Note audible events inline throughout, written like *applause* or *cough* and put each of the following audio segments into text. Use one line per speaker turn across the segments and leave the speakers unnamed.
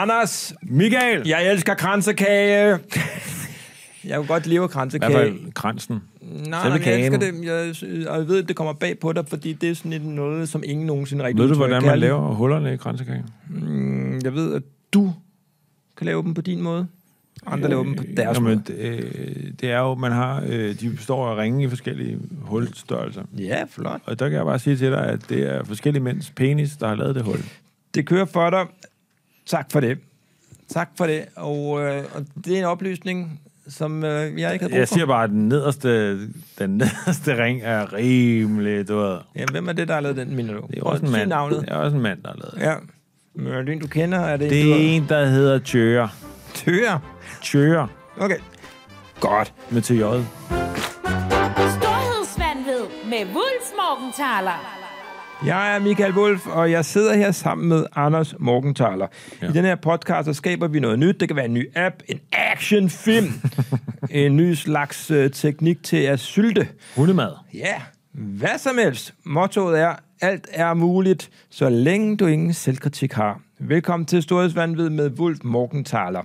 Anders, Michael, jeg elsker kransekage. Jeg kunne godt leve af
I hvert
kransekage.
fald kransen.
Nej,
Selve
nej, men jeg elsker
kagen.
det. Jeg, sy- og jeg ved, at det kommer bag på dig, fordi det er sådan lidt noget, som ingen nogensinde rigtig
Ved du,
udtrykker
hvordan man
kærligt.
laver hullerne i kransekagen?
Mm, Jeg ved, at du kan lave dem på din måde. Andre laver dem på deres
Jamen,
måde.
det, øh, det er jo, man har, øh, de består af ringe i forskellige hulstørrelser.
Ja, flot.
Og der kan jeg bare sige til dig, at det er forskellige mænds penis, der har lavet det hul.
Det kører for dig. Tak for det. Tak for det. Og, øh, og det er en oplysning, som øh, jeg ikke havde brug
Jeg
for.
siger bare, at den nederste, den nederste ring er rimelig, du ved.
Ja, hvem er det, der har lavet den, mener du?
Det er også en mand.
Navnet.
Det er også en mand, der har lavet det.
Ja. Men er det en, du kender? Er det,
Det er en, der hedder Tjøre.
Tøger.
Tjøre
Okay. Godt.
med TJ.
Storhedsvandved med Wulf Morgenthaler.
Jeg er Michael Wolf, og jeg sidder her sammen med Anders Morgenthaler. Ja.
Ja.
I den her podcast, der skaber vi noget nyt. Det kan være en ny app, en *laughs* actionfilm, en ny slags øh, teknik til at sylte.
Hundemad.
Ja, hvad som helst. Mottoet er, alt er muligt, så længe du ingen selvkritik har. Velkommen til Storhedsvandvid med Wolf Morgenthaler.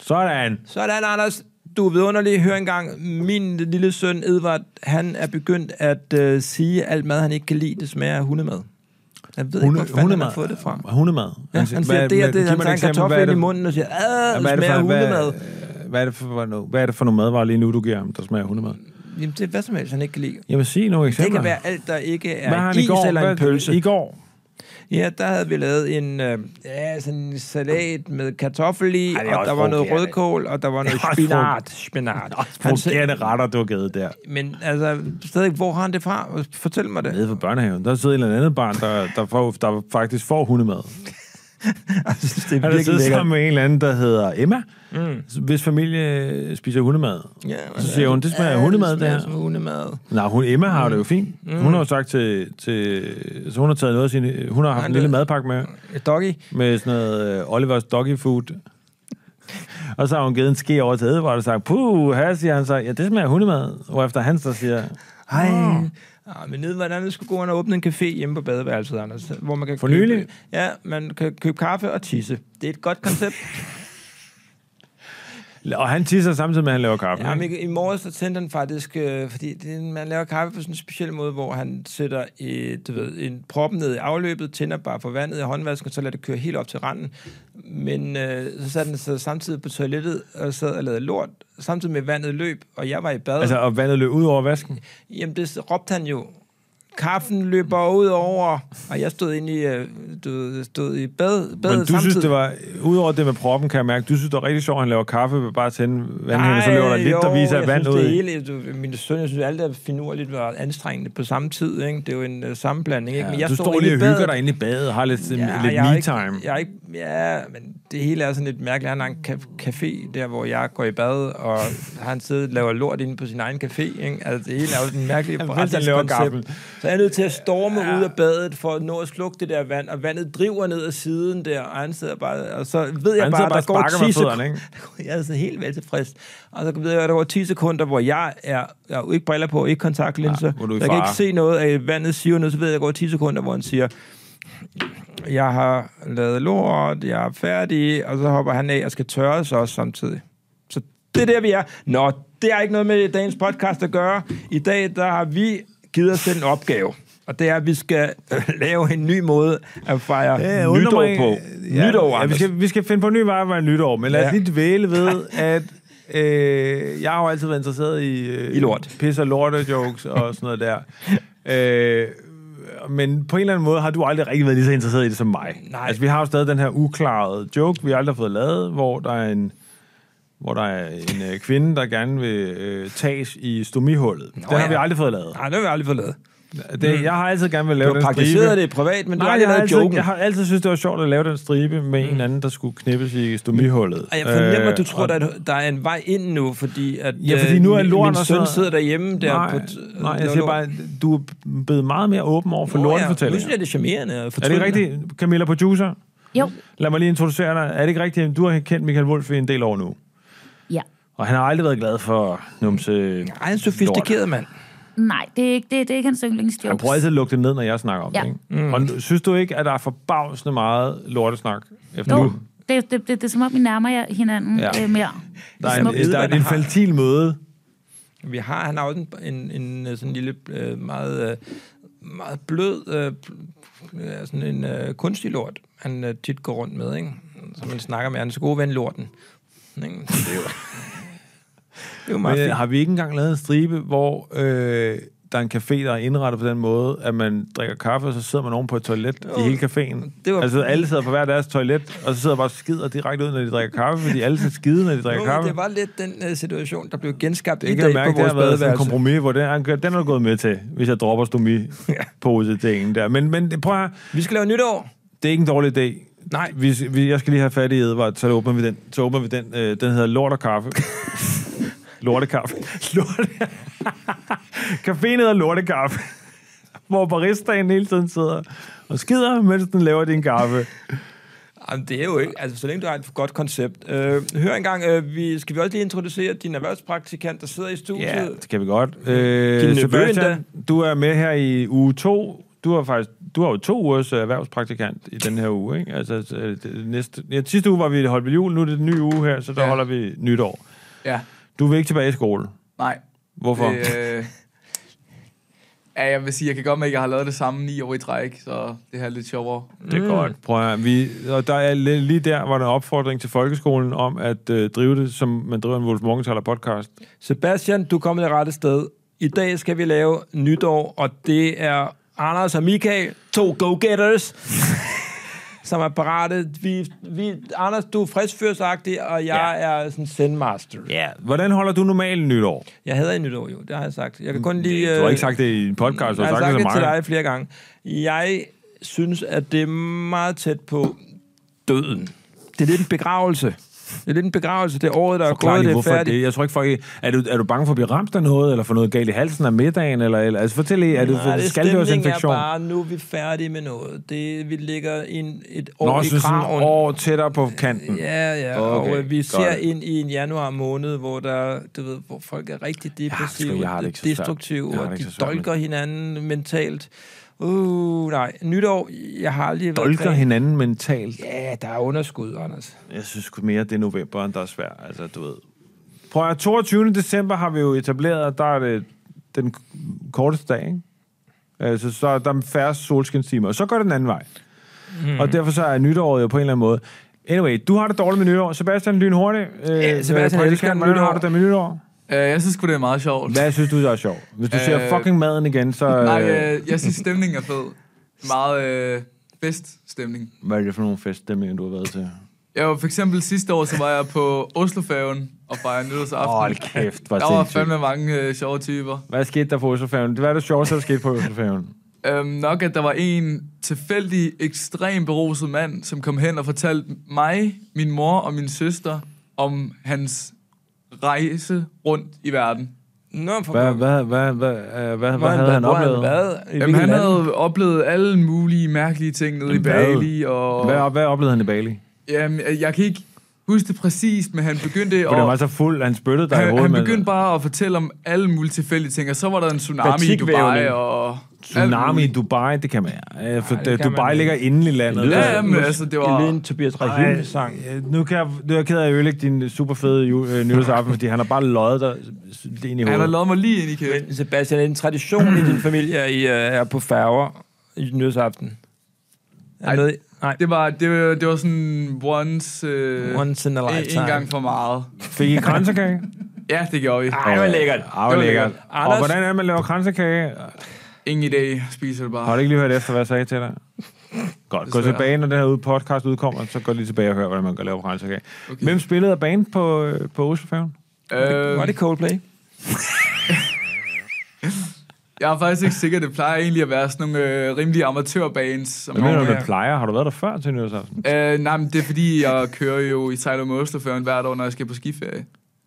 Sådan.
Sådan, Anders. Du er vidunderlig. Hør engang. Min lille søn Edvard, han er begyndt at øh, sige, at alt mad, han ikke kan lide, det smager af hundemad. Jeg ved Hunde, ikke, hvor fanden han har fået det fra.
Hundemad. Altså,
Ja, han siger, det er det, han tager en kartoffel ind i munden og siger, at det smager af hundemad.
Hvad, hvad, er det for, hvad, no- hvad er det for nogle madvarer lige nu, du giver ham, der smager af hundemad?
Jamen, det er hvad som helst, han ikke kan lide.
Jeg vil sige nogle
Det
eksempler.
kan være alt, der ikke
hvad har
er
han i
is
går?
eller
hvad,
en pølse.
I går?
Ja, der havde vi lavet en, øh, ja, sådan en salat med kartoffel i,
Ej, det er
og
også
der var noget
frugt, ja.
rødkål, og der var noget
Det er også
spinat. spinat. Han sagde,
Fungerende retter, du har givet der.
men altså, stadig, hvor har han det fra? Fortæl mig *laughs* det.
Nede fra børnehaven, der sidder et eller andet barn, der, der, får, der faktisk får hundemad.
Jeg synes, Altså, det er
*laughs* Han er
virkelig
siddet
lækkert.
sammen med en eller anden, der hedder Emma, mm. hvis familie spiser hundemad.
Ja,
Så siger hun, det smager af
Ja,
hundemad, det
smager
her.
som hundemad.
Nej, hun, Emma har det
Mm.
jo fint. Hun har jo sagt til, til... Så hun har taget noget af sin... Hun har haft en lille madpakke med,
Et doggy.
med sådan noget øh, Olivers doggy food. Og så har hun givet en ske over til Edvard og sagt, puh, her siger han så, ja, det smager af hundemad. Og efter Hans, der siger,
Hej. Ah, men nede, hvordan det skulle gå under at åbne en café hjemme på badeværelset, Anders, hvor man kan
For
købe,
nylig?
Ja, man kan købe kaffe og tisse. Det er et godt koncept.
og han tisser samtidig med, at han laver kaffe.
Ja,
ikke?
men i, i morges så tændte han faktisk, øh, fordi det, man laver kaffe på sådan en speciel måde, hvor han sætter et, du ved, en prop ned i afløbet, tænder bare for vandet i håndvasken, og så lader det køre helt op til randen. Men øh, så satte han sig samtidig på toilettet og sad og lavede lort, samtidig med at vandet løb, og jeg var i bad.
Altså, og vandet løb ud over vasken.
Jamen, det råbte han jo. Kaffen løber ud over, og jeg stod inde i, øh, du ved, stod i bad, badet
Men du
samtidig.
synes, det var, udover det med proppen, kan jeg mærke, du synes, det var rigtig sjovt, at han laver kaffe ved bare at tænde vandhænden, så løber der
Ej,
lidt, der
jo,
viser
jeg
vand
synes,
ud.
Det
i.
hele, du, min søn, jeg synes, alt er finurligt og anstrengende på samme tid. Ikke? Det er jo en uh, sammenblanding. Ikke?
Ja, du står
inde i
lige og hygger
badet.
dig inde i badet, har lidt, ja, lidt
jeg er
me
ikke-
time.
Jeg er ikke, ja, men det hele er sådan lidt mærkeligt. Han har en ka- café, der hvor jeg går i bad, og han sidder og laver lort inde på sin egen café. Ikke? Altså, det hele er jo sådan en mærkelig
Han vidste, han laver gaffel.
Så jeg er nødt til at storme ja. ud af badet for at nå at slukke det der vand, og vandet driver ned ad siden der, og han sidder bare, og så ved jeg
Han
bare,
sidder
at der
bare og
går
sparker
10
med
sekunder.
fødderne,
*laughs*
ikke?
Jeg er sådan helt veltilfreds. Og så ved jeg, at der går 10 sekunder, hvor jeg er, jeg har jo ikke briller på, ikke kontaktlinser.
hvor du er i
så jeg kan
fare.
ikke se noget af vandet siver noget, så ved jeg, at der går 10 sekunder, hvor han siger, jeg har lavet lort, jeg er færdig, og så hopper han af og skal tørres også samtidig. Så det er der, vi er. Nå, det har ikke noget med dagens podcast at gøre. I dag, der har vi givet os selv en opgave. Og det er, at vi skal *laughs* øh, lave en ny måde at fejre
Ja,
ja,
jeg undrer
nytår
mig-
på. Ja, nytår,
ja, vi, skal, vi skal finde på en ny vej for nytår, men lad os
Ja.
lige
*laughs*
dvæle ved, at øh, jeg har jo altid været interesseret i, øh,
I lort.
pis og lorte jokes og sådan
*laughs*
noget der. Øh, men på en eller anden måde har du aldrig rigtig været lige så interesseret i det som mig.
Nej.
Altså, vi har jo stadig den her uklarede joke, vi aldrig har fået lavet, hvor der er en hvor der er en øh, kvinde, der gerne vil øh, tages i stomihullet. Nå, det har
ja.
vi aldrig fået lavet.
Nej, det har vi aldrig fået lavet.
Det, jeg har altid gerne vil lave
Du har
den
praktiseret
stribe.
det privat, men du har
Nej,
aldrig
jeg, har
lavet
altid,
joken.
jeg har altid synes det var sjovt at lave den stribe med mm. en anden, der skulle knippes i stomihullet. Øh,
Og jeg fornemmer, at du tror,
og-
der er, der er en vej ind nu, fordi, at,
Ja, fordi nu er
øh, min-
lorten
min
og
søn
sådan-
sidder derhjemme der
nej,
på...
nej, jeg siger bare, du er blevet meget mere åben over for
Nu
lortefortællinger.
synes jeg, det er charmerende og
er det ikke rigtigt, Camilla Producer?
Jo,
Lad mig lige introducere dig. Er det ikke rigtigt, at du har kendt Michael Wolf i en del år nu?
ja.
Og han har aldrig været glad for numse...
Ej, en sofistikeret mand.
Nej, det er ikke, det, det er ikke hans yndlingsjokes.
Han prøver altid at lukke det ned, når jeg snakker om
Ja.
det, ikke? Mm. Og synes du ikke, at der er forbavsende meget lortesnak efter
Jo.
nu?
det, det, det, det er som om, vi nærmer jer hinanden
Ja.
ja. øh, mere.
Der er,
Smukt.
en, der er en infantil møde.
Vi har, han har også en, en, en øh, sådan lille, øh, meget, øh, meget blød, øh, øh, sådan en øh, kunstig lort, han øh, tit går rundt med, ikke? Som man snakker med, han er så god ven, lorten. Ikke? Så Det er jo, det er jo meget
Men, øh,
fint.
har vi ikke engang lavet en stribe, hvor øh, der er en café, der er indrettet på den måde, at man drikker kaffe, og så sidder man oven på et toilet i hele caféen?
det var-
Altså alle sidder på hver deres toilet, og så sidder bare og skider direkte ud, når de drikker kaffe, fordi alle skal skide, når de drikker
Jo,
kaffe.
det var lidt den øh, situation, der blev genskabt i
øh, Det kan jeg
dag
mærke,
på
det
vores
har været sådan en
badeværelse.
kompromis, hvor den, han gør- den er du gået med til, hvis jeg dropper stomipose-tingen der. Men, men det- prøv at høre,
Vi skal lave nytår.
det er ikke en dårlig idé.
Nej.
Vi, vi, jeg skal lige have fat i Edvard, så åbner vi den. Så åbner vi den. Øh, den hedder Lort og
*laughs*
Kaffe. Lortekaffe. Lorte... *laughs* Caféen hedder Lortekaffe. *laughs* Hvor baristaen hele tiden sidder og skider, mens den laver din kaffe.
Jamen, det er jo ikke... Altså, så længe du har et godt koncept. Øh, hør engang, øh, vi, skal vi også lige introducere din erhvervspraktikant, der sidder i studiet?
Ja, det kan vi godt. Øh,
nevø
Sebastian,
endda.
du er med her i uge to. Du har faktisk du har jo to ugers øh, erhvervspraktikant i den her uge, ikke? Altså, øh, det- næste, ja, sidste uge var vi holdt ved jul, nu er det den nye uge her, så der ja.
Ja.
holder vi nytår.
Ja,
Du vil ikke tilbage i skole.
nej.
Hvorfor?
Det, øh, ja, jeg vil sige, jeg kan godt med, at jeg har lavet det samme ni år i træk, så det her er lidt sjovere.
*laughs* Det er
mm.
godt. Prøv at, høre, vi, og der er li- lige der var der en opfordring til folkeskolen om at øh, drive det, som man driver en Wolf Morgenthaler podcast.
Sebastian, du er kommet det rette sted. I dag skal vi lave nytår, og det er Anders og Michael, to
*laughs*
go-getters, som er parate. Vi, vi, Anders, du er friskfyrsagtig, og jeg ja. er sådan sendmaster. Ja.
Hvordan holder du normalt nytår?
Jeg hader i nytår jo, det har jeg sagt. Jeg kan kun lige...
Mm, Du har
øh,
ikke sagt det i en podcast, du
jeg
har
har
sagt, det
sagt det
så
til
meget.
dig flere gange. Jeg synes, at det er meget tæt på døden. Det er lidt en begravelse. Det er lidt en begravelse. Det er året, der er
Klar,
gået, det er
hvorfor
færdigt.
det? Jeg tror ikke, folk... Er du, er du bange for at blive ramt af noget, eller få noget galt i halsen af middagen? Eller, eller, altså, fortæl lige, er det,
Nej,
Nej, det
er
skaldørsinfektion?
bare, nu er vi færdige med noget. Det, vi ligger en, et år
Nå,
i
så sådan
graven.
år tættere på kanten.
Ja, ja, okay,
Okay,
og øh, vi
godt.
ser ind i en januar måned, hvor der, du ved, hvor folk er rigtig depressive,
sgu, jeg har
og
det ikke så svært.
destruktive,
Jeg har
og
det
de
ikke så svært med
dolker hinanden mentalt. Uh, nej, nytår, jeg har aldrig været...
Dolker
gren-
hinanden mentalt.
Ja, der er underskud, Anders.
Jeg synes sgu mere, det er november, end der er svært. Altså, du ved. Prøv at høre, 22. december har vi jo etableret, at der er det den k- korteste dag, ikke? Altså, så er der er færre solskinstimer, og så går det den anden vej. Mm. Og derfor så er nytåret jo på en eller anden måde. Anyway, du har det dårligt med nytår. Sebastian, lyn hurtigt. Øh,
Ja, Sebastian,
øh,
elsker
praktikant, hvordan
nytår.
har du det med nytår?
Øh, jeg synes sgu, det er meget sjovt.
Hvad synes du, der er sjovt? Hvis du øh,
Øh,
ser fucking maden igen, så...
Nej,
Øh,
øh, jeg synes, stemningen er fed. Meget øh, bedst stemning.
hvad er det for nogle feststemninger, du har været til?
Jeg var for eksempel sidste år, så var jeg på Oslofærgen og fejrede nytårsaften.
Åh, oh, kæft, var
der var
sindssygt.
fandme mange øh, sjove typer.
Hvad skete der på Oslofærgen? Hvad er det sjoveste, der skete på Oslofærgen?
Øhm, nok, at der var en tilfældig, ekstrem beruset mand, som kom hen og fortalte mig, min mor og min søster om hans rejse rundt i verden.
Nå, for
Hvad,
pokker.
hvad, hvad, hvad, øh, hvad, hvad havde han
hvor
oplevet? Hvad,
været? I
Jamen,
hvilket
han
land?
havde oplevet alle mulige mærkelige ting nede i
Hvad?
Bali, og
hvad, hvad oplevede han i Bali?
jamen, jeg kan ikke huske det præcist, men han begyndte
For det var
at,
så fuld, han spyttede dig i
han,
hovedet.
han
med-
begyndte bare at fortælle om alle mulige tilfældige ting, og så var der en tsunami i Dubai,
Fatigvævning.
og alt
Tsunami i
muligt.
Dubai, det kan man. Øh, for
Ej,
det
det kan
Dubai
man
ligger inde i landet.
Det lyder-
Ja, jamen, altså, det var-
Det lyder en Tobias
Ej,
Rahim-sang.
øh, nu, kan jeg, nu er jeg ked af at ødelægge din super fede ju- øh, nytårsaften, fordi han har bare løjet dig s- ind i hovedet.
Han har lavet mig lige ind i kæden.
Men Sebastian, er det en tradition i din familie, at I øh, er på færger i nyhedsaften?
Ej,
Er med? Nej,
Det var, det, var- det var sådan once, øh,
once in a
en,
lifetime.
en gang for meget.
Fik I kransekage?
Ja, det gjorde vi.
Ej, hvor lækkert.
Ej, hvor
Det var
lækkert.
lækkert.
Og
Anders-
hvordan er det, man laver kransekage?
Ingen idé, spiser det bare.
Har du ikke lige hørt efter, hvad jeg sagde til dig? Godt, gå
Desværre.
tilbage, når den her ude- podcast udkommer, så gå lige tilbage og hør, hvordan man kan lave kransekage. Okay. Hvem spillede af band på, øh, på Oslofærgen?
Var
Øh,
det Coldplay?
jeg er faktisk ikke sikker, det plejer egentlig at være sådan nogle øh, rimelige amatørbands. Som
Hvad mener du
øh,
med plejer? Har du været der før til nyårsaften?
øh, nej, men det er fordi, jeg kører jo i Sejl om Oslofjorden hvert år, når jeg skal på skiferie.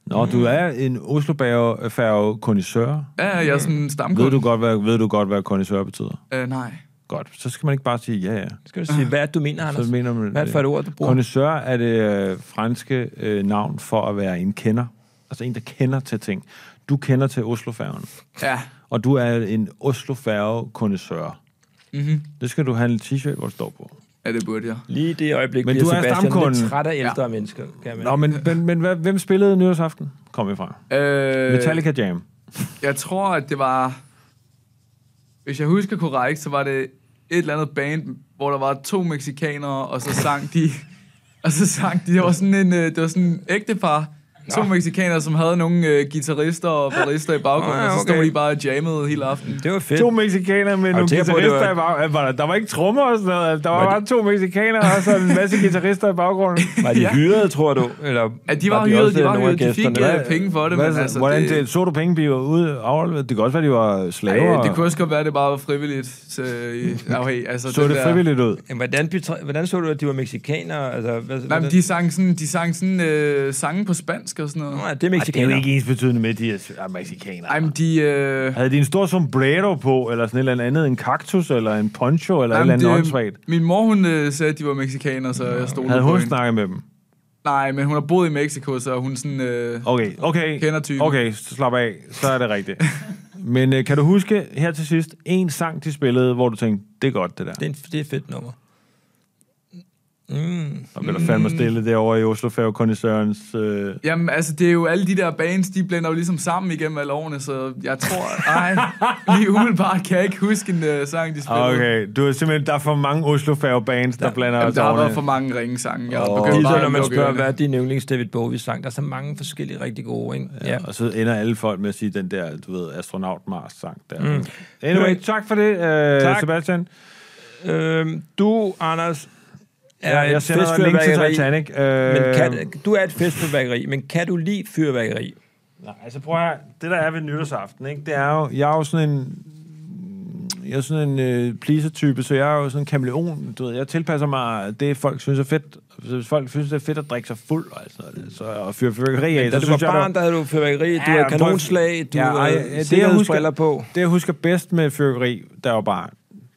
Nå, du er en Oslofærge kondisør.
Ja, jeg er sådan en stamkunde.
Ved du godt, hvad, ved du godt, hvad kondisør betyder?
Øh, nej.
Godt. Så skal man ikke bare sige ja, ja.
Skal du sige, hvad er det, du mener, Anders?
Så mener man,
Hvad er det for et ord, du bruger?
Kondisør er det øh, franske øh, navn for at være en kender. Altså en, der kender til ting. Du kender til Oslofærgen.
Ja,
Og du er en Oslofærge kondisør.
mhm.
Det skal du have en t-shirt, hvor det står på.
Ja, det burde jeg.
Lige i det øjeblik
Men
bliver
du er
Sebastian lidt
stamkunden.
træt af ældre ja. mennesker. Kan man.
Nå, men, men, men hvad, hvem spillede nytårsaften? Kom vi fra.
Øh,
Metallica Jam.
Jeg tror, at det var... Hvis jeg husker korrekt, så var det et eller andet band, hvor der var to mexikanere, og så sang de... Og så sang de... Det var sådan en, øh, det var sådan en ægtepar. To mexikanere, som havde nogle øh, guitarister og barister i baggrunden,
Ah,
og så stod
okay.
de bare og jammede hele aftenen.
Det var fedt.
To mexikanere med nogle
tænker på, det
guitarister
var-
i baggrunden. Var der, der var ikke trommer og sådan noget. Altså, Der var bare to mexikanere og så en masse guitarister i baggrunden.
Var de hyrede, tror du? Eller
Ja, de var, var
også
hyret, de var
nogle af
hyret, de fik
gæsterne?
øh, penge for det,
Hvad,
men altså...
hvordan
det,
det, så du penge blive ude afleveret? Det kan også være, de var slaver.
Ej, Øh, det kunne også godt være, at det bare var frivilligt. Så, øh, okay, altså,
så
den
det
der-
frivilligt ud.
Jamen, hvordan, betre- hvordan så du, at de var mexikanere? Altså, hvad,
Nej,
hvordan?
men de sang sådan, de sang sådan øh, sange på spansk og sådan noget.
Nej, det er
Ej, det er jo
mexikanere.
ikke ens betydende med, at de er mexikanere.
Ej, men de... Øh,
Havde de en stor sombrero på, eller sådan et eller andet, en kaktus, eller en poncho, eller
nej,
Jamen, et
men
eller andet
det-
åndssvagt?
Min mor, hun øh, sagde, at de var mexikanere, så jeg stod
Havde
på
hun
hende.
snakket med dem?
Nej, men hun har boet i Mexico, så hun sådan... Øh,
Okay, okay.
Kender typen.
Okay, så slap af. Så er det rigtigt. Men øh, kan du huske her til sidst en sang, de spillede, hvor du tænkte, det er godt det der?
Det er, en, det er et fedt nummer. Mm.
Og blev der fandme stille derovre i Oslo Færgekonisørens... Øh,
Jamen, altså, det er jo alle de der bands, de blander jo ligesom sammen igennem alle årene, så jeg tror...
*laughs*
Nej, lige umiddelbart kan jeg ikke huske en øh, sang, de spillede.
Okay, du er simpelthen, der er for mange Oslo Færgebands, der blander
Jamen,
os
der har
over
været
det.
for mange ringesange. Jeg
Åh.
Lige
oh. begyndte
så,
bare
når
at
man
lukke
spørger,
ørerne.
hvad er din yndlings David Bowie sang? Der er så mange forskellige rigtig gode, ikke? Ja.
Og så ender alle folk med at sige den der, du ved, astronaut Mars sang der. Mm.
Mm.
Anyway, tak for det, øh,
Tak.
Sebastian.
Øhm, du, Anders,
Ja,
er
jeg
et
sender en link til
festfyrværkeri.
Titanic. Øh,
Men kan, du er et festfyrværkeri, men kan du lide fyrværkeri?
Nej, altså prøv at høre. Det, der er ved nytårsaften, ikke, det er jo... Jeg er jo sådan en... Jeg er sådan en øh, pleaser-type, så jeg er jo sådan en kameleon. Du ved, jeg tilpasser mig det, folk synes er fedt. Så Hvis folk synes, det er fedt at drikke sig fuld og alt sådan noget, så, og fyre fyrværkeri af,
Da
så
du var
synes jeg, der-
barn, der havde du fyrværkeri, du
Ja,
havde
prøv-
kanonslag, du
Ja, ej,
havde
det, jeg
ja,
husker-
sikkerhedsbriller på.
Det, jeg husker bedst med fyrværkeri, der var barn,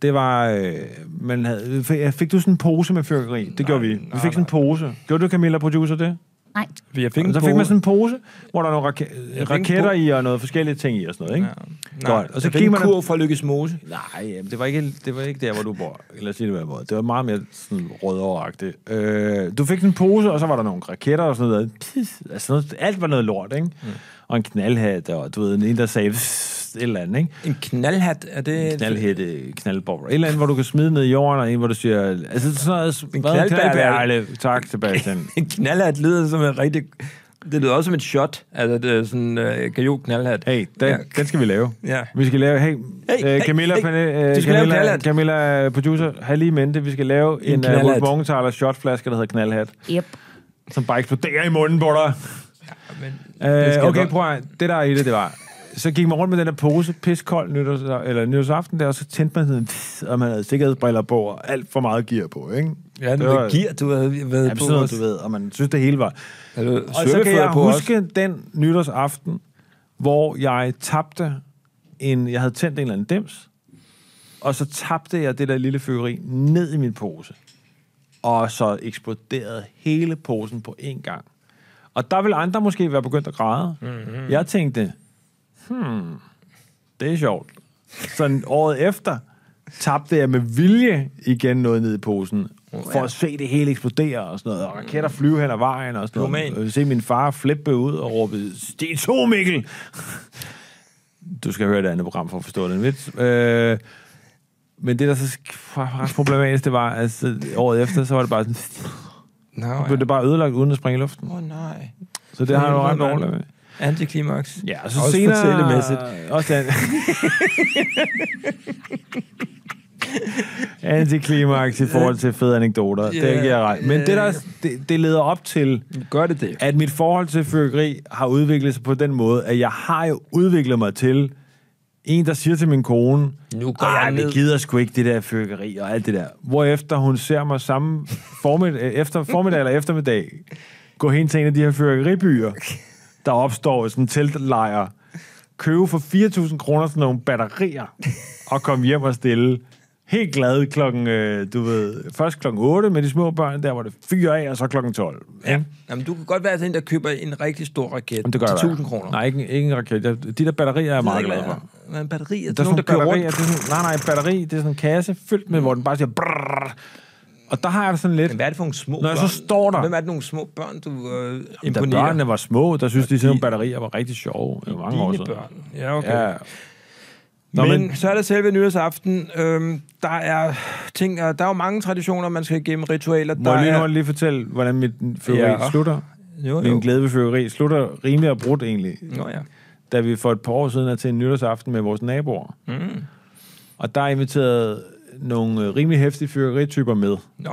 det var, øh, man havde, fik, fik du sådan en pose med fyrværkeri? Det nej, gjorde vi. Vi fik sådan en pose. Gjorde du, Camilla, producer, det?
Nej,
Jeg fik en
så fik man
pose.
sådan en pose, hvor der er nogle rake-
en
raketter
pose.
i og noget forskellige ting i og sådan noget, ikke?
Nej,
Godt.
Og så gik man... kurv fra Lykkes Mose.
Nej, jamen, det var, ikke, det var ikke der, hvor du bor. Lad os sige det på den måde. Det var meget mere sådan rødoveragtigt. Øh, du fik sådan en pose, og så var der nogle raketter og sådan noget. Pis, altså noget alt var noget lort, ikke? Mm. Og en knaldhat, og du ved, en, der sagde pss, et eller andet, ikke?
En knaldhat, er det...
En knaldhætte, knaldbobler. Et eller andet, hvor du kan smide ned i jorden, og en, hvor du siger... Altså sådan noget... En
knaldperle.
Tak, *laughs* Sebastian.
En knaldhat lyder som en rigtig... Det lyder også som et shot. Altså, det er sådan en øh, jo knaldhat.
Hey, den, ja.
Ja.
den skal vi lave.
Ja.
Vi skal lave... Hey,
Hey,
hey,
hey,
øh, Camilla,
hey.
hey, øh,
Du skal lave
Camilla,
knaldhat.
Camilla, øh, producer, have lige i mente, vi skal lave en, en
knaldhat.
uh, Morgenthaler shotflaske, der hedder knaldhat.
yep.
som bare eksploderer i munden på dig.
det
Ja,
skal
men, øh, okay,
godt.
prøv at, det der er i det, det var, så gik man rundt med den der pose, piskold nytårs, eller nytårsaften der, og så tændte man sådan, pss, og man havde sikkerhedsbriller på, og alt for meget gear på, ikke?
Ja,
det
det var gear, du havde været
Jamen,
på.
sådan noget,
også.
du ved, og man synes, det hele var...
Havde du
Og så kan
surfefødder
jeg
på også?
huske den nytårsaften, hvor jeg tabte en... Jeg havde tændt en eller anden dims, og så tabte jeg det der lille fyrværkeri ned i min pose. Og så eksploderede hele posen på én gang. Og der ville andre måske være begyndt at græde. Mm-hmm. Jeg tænkte, hmm, det er sjovt. Sådan året efter tabte jeg med vilje igen noget ned i posen, for at se det hele eksplodere og sådan noget, og raketter flyve hen ad vejen og sådan
Pyroman.
noget. Øh, Se min far flippe ud og råbe, det to, Mikkel! Du skal høre et andet program for at forstå den vits. Øh, men det, der så sk- var ret problematisk, det var, at altså, året efter, så var det bare sådan,
Nå,
så blev
ja.
det bare ødelagt uden at springe i luften.
Åh, oh, nej.
Så det har jeg jo ret
Nå, nej.
dårligt med.
Antiklimaks.
Ja, og så
Også
senere...
fortællemæssigt.
Også *laughs* den. Antiklimaks i forhold til fede anekdoter. Yeah, det
Ja,
giver jeg ret. Men det, der, det, det leder op til,
Gør det det?
at mit forhold til fyrværkeri har udviklet sig på den måde, at jeg har jo udviklet mig til en, der siger til min kone,
Nu går
Ej,
jeg
vi
ned."
gider sgu ikke det der fyrværkeri og alt det der. Hvorefter hun ser mig samme formid- øh, efter, formiddag eller eftermiddag gå hen til en af de her fyrværkeribyer, der opstår i sådan en teltlejr, købe for 4.000 kroner sådan nogle batterier, og komme hjem og stille helt glad klokken, øh, du ved, først klokken 8 med de små børn, der var det fyre af, og så klokken 12.
Ja. Jamen, du kan godt være sådan en, der køber en rigtig stor raket
Jamen, det gør
til
jeg da.
1000 kroner.
Nej, ikke, en- ikke en raket. Jeg- De der batterier er jeg meget glad for. Der
for. Men batterier,
er
der nogen, der
sådan
kører
batterier,
rundt.
det er sådan, nej, nej, et batteri, det er sådan en kasse fyldt med, hvor den bare siger brrrr. Og Og der har jeg det sådan lidt...
Men hvad er det for nogle små
Nå,
børn?
så står der-
Hvem er det nogle små børn, du øh,
Da
imponerer?
børnene var små, der synes de, sådan
de-
nogle batterier var rigtig sjove. Det var mange år
Dine
siden.
børn. Ja, okay.
Ja. Nå,
Nå, men,
men,
men så er det selve nyårsaften. Øhm, der er ting, og der er jo mange traditioner, man skal igennem ritualer.
må
Der
jeg lige
er,
nu lige fortælle, hvordan mit fyrværkeri
Ja.
ja. slutter?
jo,
Min
jo.
glæde ved fyrværkeri slutter rimelig abrupt egentlig,
Nå ja.
da vi for et par år siden er til en nytårsaften med vores naboer.
Mm.
Og der er inviteret nogle øh, rimelig heftige fyrværkerityper med.
Nå.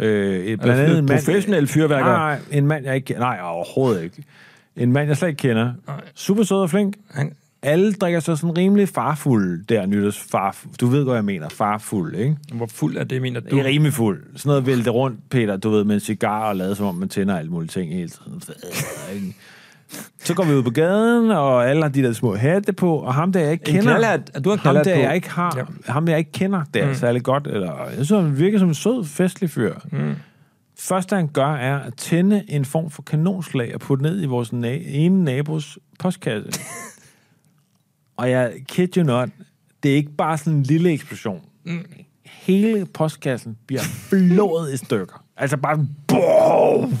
Øh, et,
Blandt
blandt andet en mand...
professionelle fyrværker.
Nej, nej, en mand, jeg ikke kender. Nej, overhovedet ikke. En mand, jeg slet ikke kender.
Nej.
Super sød og flink.
Han,
Alle drikker sig sådan rimelig farfuld der nytårsfarfuld. Du ved godt, hvad jeg mener. Farfuld, ikke?
hvor fuld er det, mener du?
Det er rimelig fuld. Sådan noget vælte rundt, Peter, du ved, med en cigar og lade som om, man tænder alle mulige ting hele tiden. Så går vi ud på gaden, og alle har de der små hatte på, og ham der, jeg ikke
En
kender...
knaldhat. Er du en
ham
knaldhat
der,
på?
jeg ikke har,
Ja.
ham, jeg ikke kender, der mm. særlig godt. Eller, jeg synes, han virker som en sød, festlig fyr. Mm. Første, han gør, er at tænde en form for kanonslag og putte ned i vores na- ene nabos postkasse. og jeg kid you not, det er ikke bare sådan en lille eksplosion
Mm.
hele postkassen bliver flået i stykker. Altså bare sådan, boom!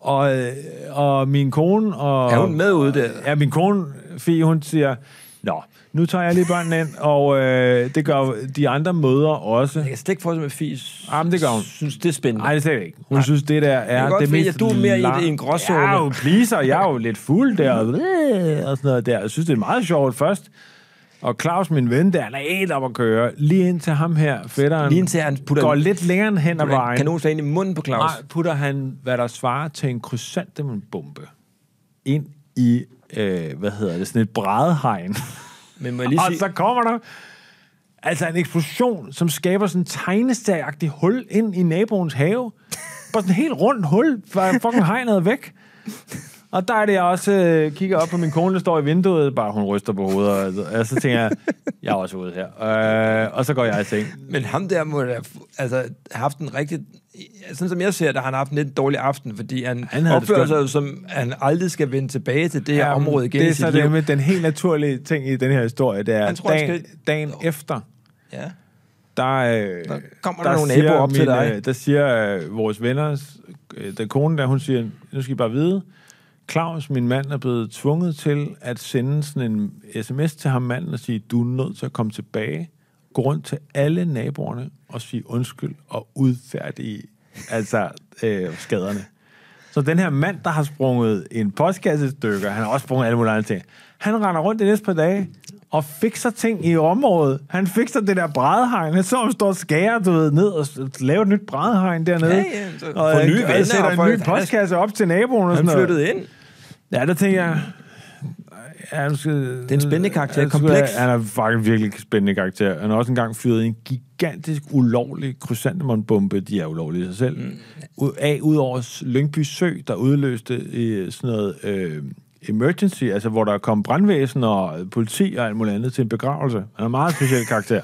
Og, øh, og min kone og...
Er hun med ude der?
Ja, min kone, Fie, hun siger, Nå, nu tager jeg lige børnene ind, og øh, det gør de andre mødre også.
Jeg kan slet ikke forstå med fis.
Jamen, det gør hun.
synes, det er spændende.
Nej, det er slet ikke. Hun Nej. synes, det der er
kan godt
det
se,
mest...
at du er mere i
lang-
det end gråzone.
Jeg er jo pleaser, jeg er jo lidt fuld der, *laughs* og, øh, og sådan noget der. Jeg synes, det er meget sjovt først. Og Claus, min ven, der han er helt op at køre. Lige indtil ham her, fætteren,
Lige indtil han putter
går
en-
lidt længere end hen ad vejen.
Kanonslag ind i munden på Claus.
Nej, putter han, hvad der svarer til en krysantemumbombe ind i, øh, hvad hedder det, sådan et brædehegn. *laughs*
Men må jeg lige
Og
sige...
så kommer der altså en eksplosion, som skaber sådan en tegneserieagtig hul ind i naboens have. Bare sådan en helt rundt hul, hvor fucking hegnet er væk. Og der er det, jeg også øh, kigger op på min kone, der står i vinduet, bare hun ryster på hovedet, og, og, så tænker jeg, jeg er også ude her. Øh, og så går jeg i seng.
Men ham der må da fu- altså, have haft en rigtig... Sådan som jeg ser det, har han haft en lidt dårlig aften, fordi han,
Han
han
havde det
opfører
skønt.
sig jo som, han aldrig skal vende tilbage til det her
Jamen,
område igen
Det er
i sit
så
liv.
det med den helt naturlige ting i den her historie, det er,
Han tror,
tror,
han
dagen,
skal-
dagen efter,
Ja.
der, øh,
Der kommer der nogle naboer op til dig.
øh, Der siger øh, vores venner, øh, den kone der, hun siger, nu skal I bare vide, Claus, min mand, er blevet tvunget til at sende sådan en sms til ham manden og sige, du er nødt til at komme tilbage, gå rundt til alle naboerne og sige undskyld og udfærdige altså, øh, skaderne. Så den her mand, der har sprunget en postkasse i stykker, han har også sprunget alle mulige andre ting, han render rundt de næste par dage og fikser ting i området. Han fikser det der brædhegn. Han så ham står og skærer, du ved, ned og s- laver et nyt brædhegn dernede.
Ja, ja, så-
og,
Får nye
øh,
venner,
og sætter
og
en
folk-
ny postkasse op til naboen og
Han
sådan noget.
flyttede ind.
Ja, der tænker jeg... Ja, nu skal, det
er en spændende karakter, kompleks.
Han er faktisk virkelig spændende karakter. Han har også engang fyret en gigantisk ulovlig krysantemonbombe, de er ulovlige i sig selv, mm. ud, af ud over S- Lyngby Sø, der udløste øh, sådan noget øh, emergency, altså hvor der kom brandvæsen og øh, politi og alt muligt andet til en begravelse. Han er en meget speciel karakter.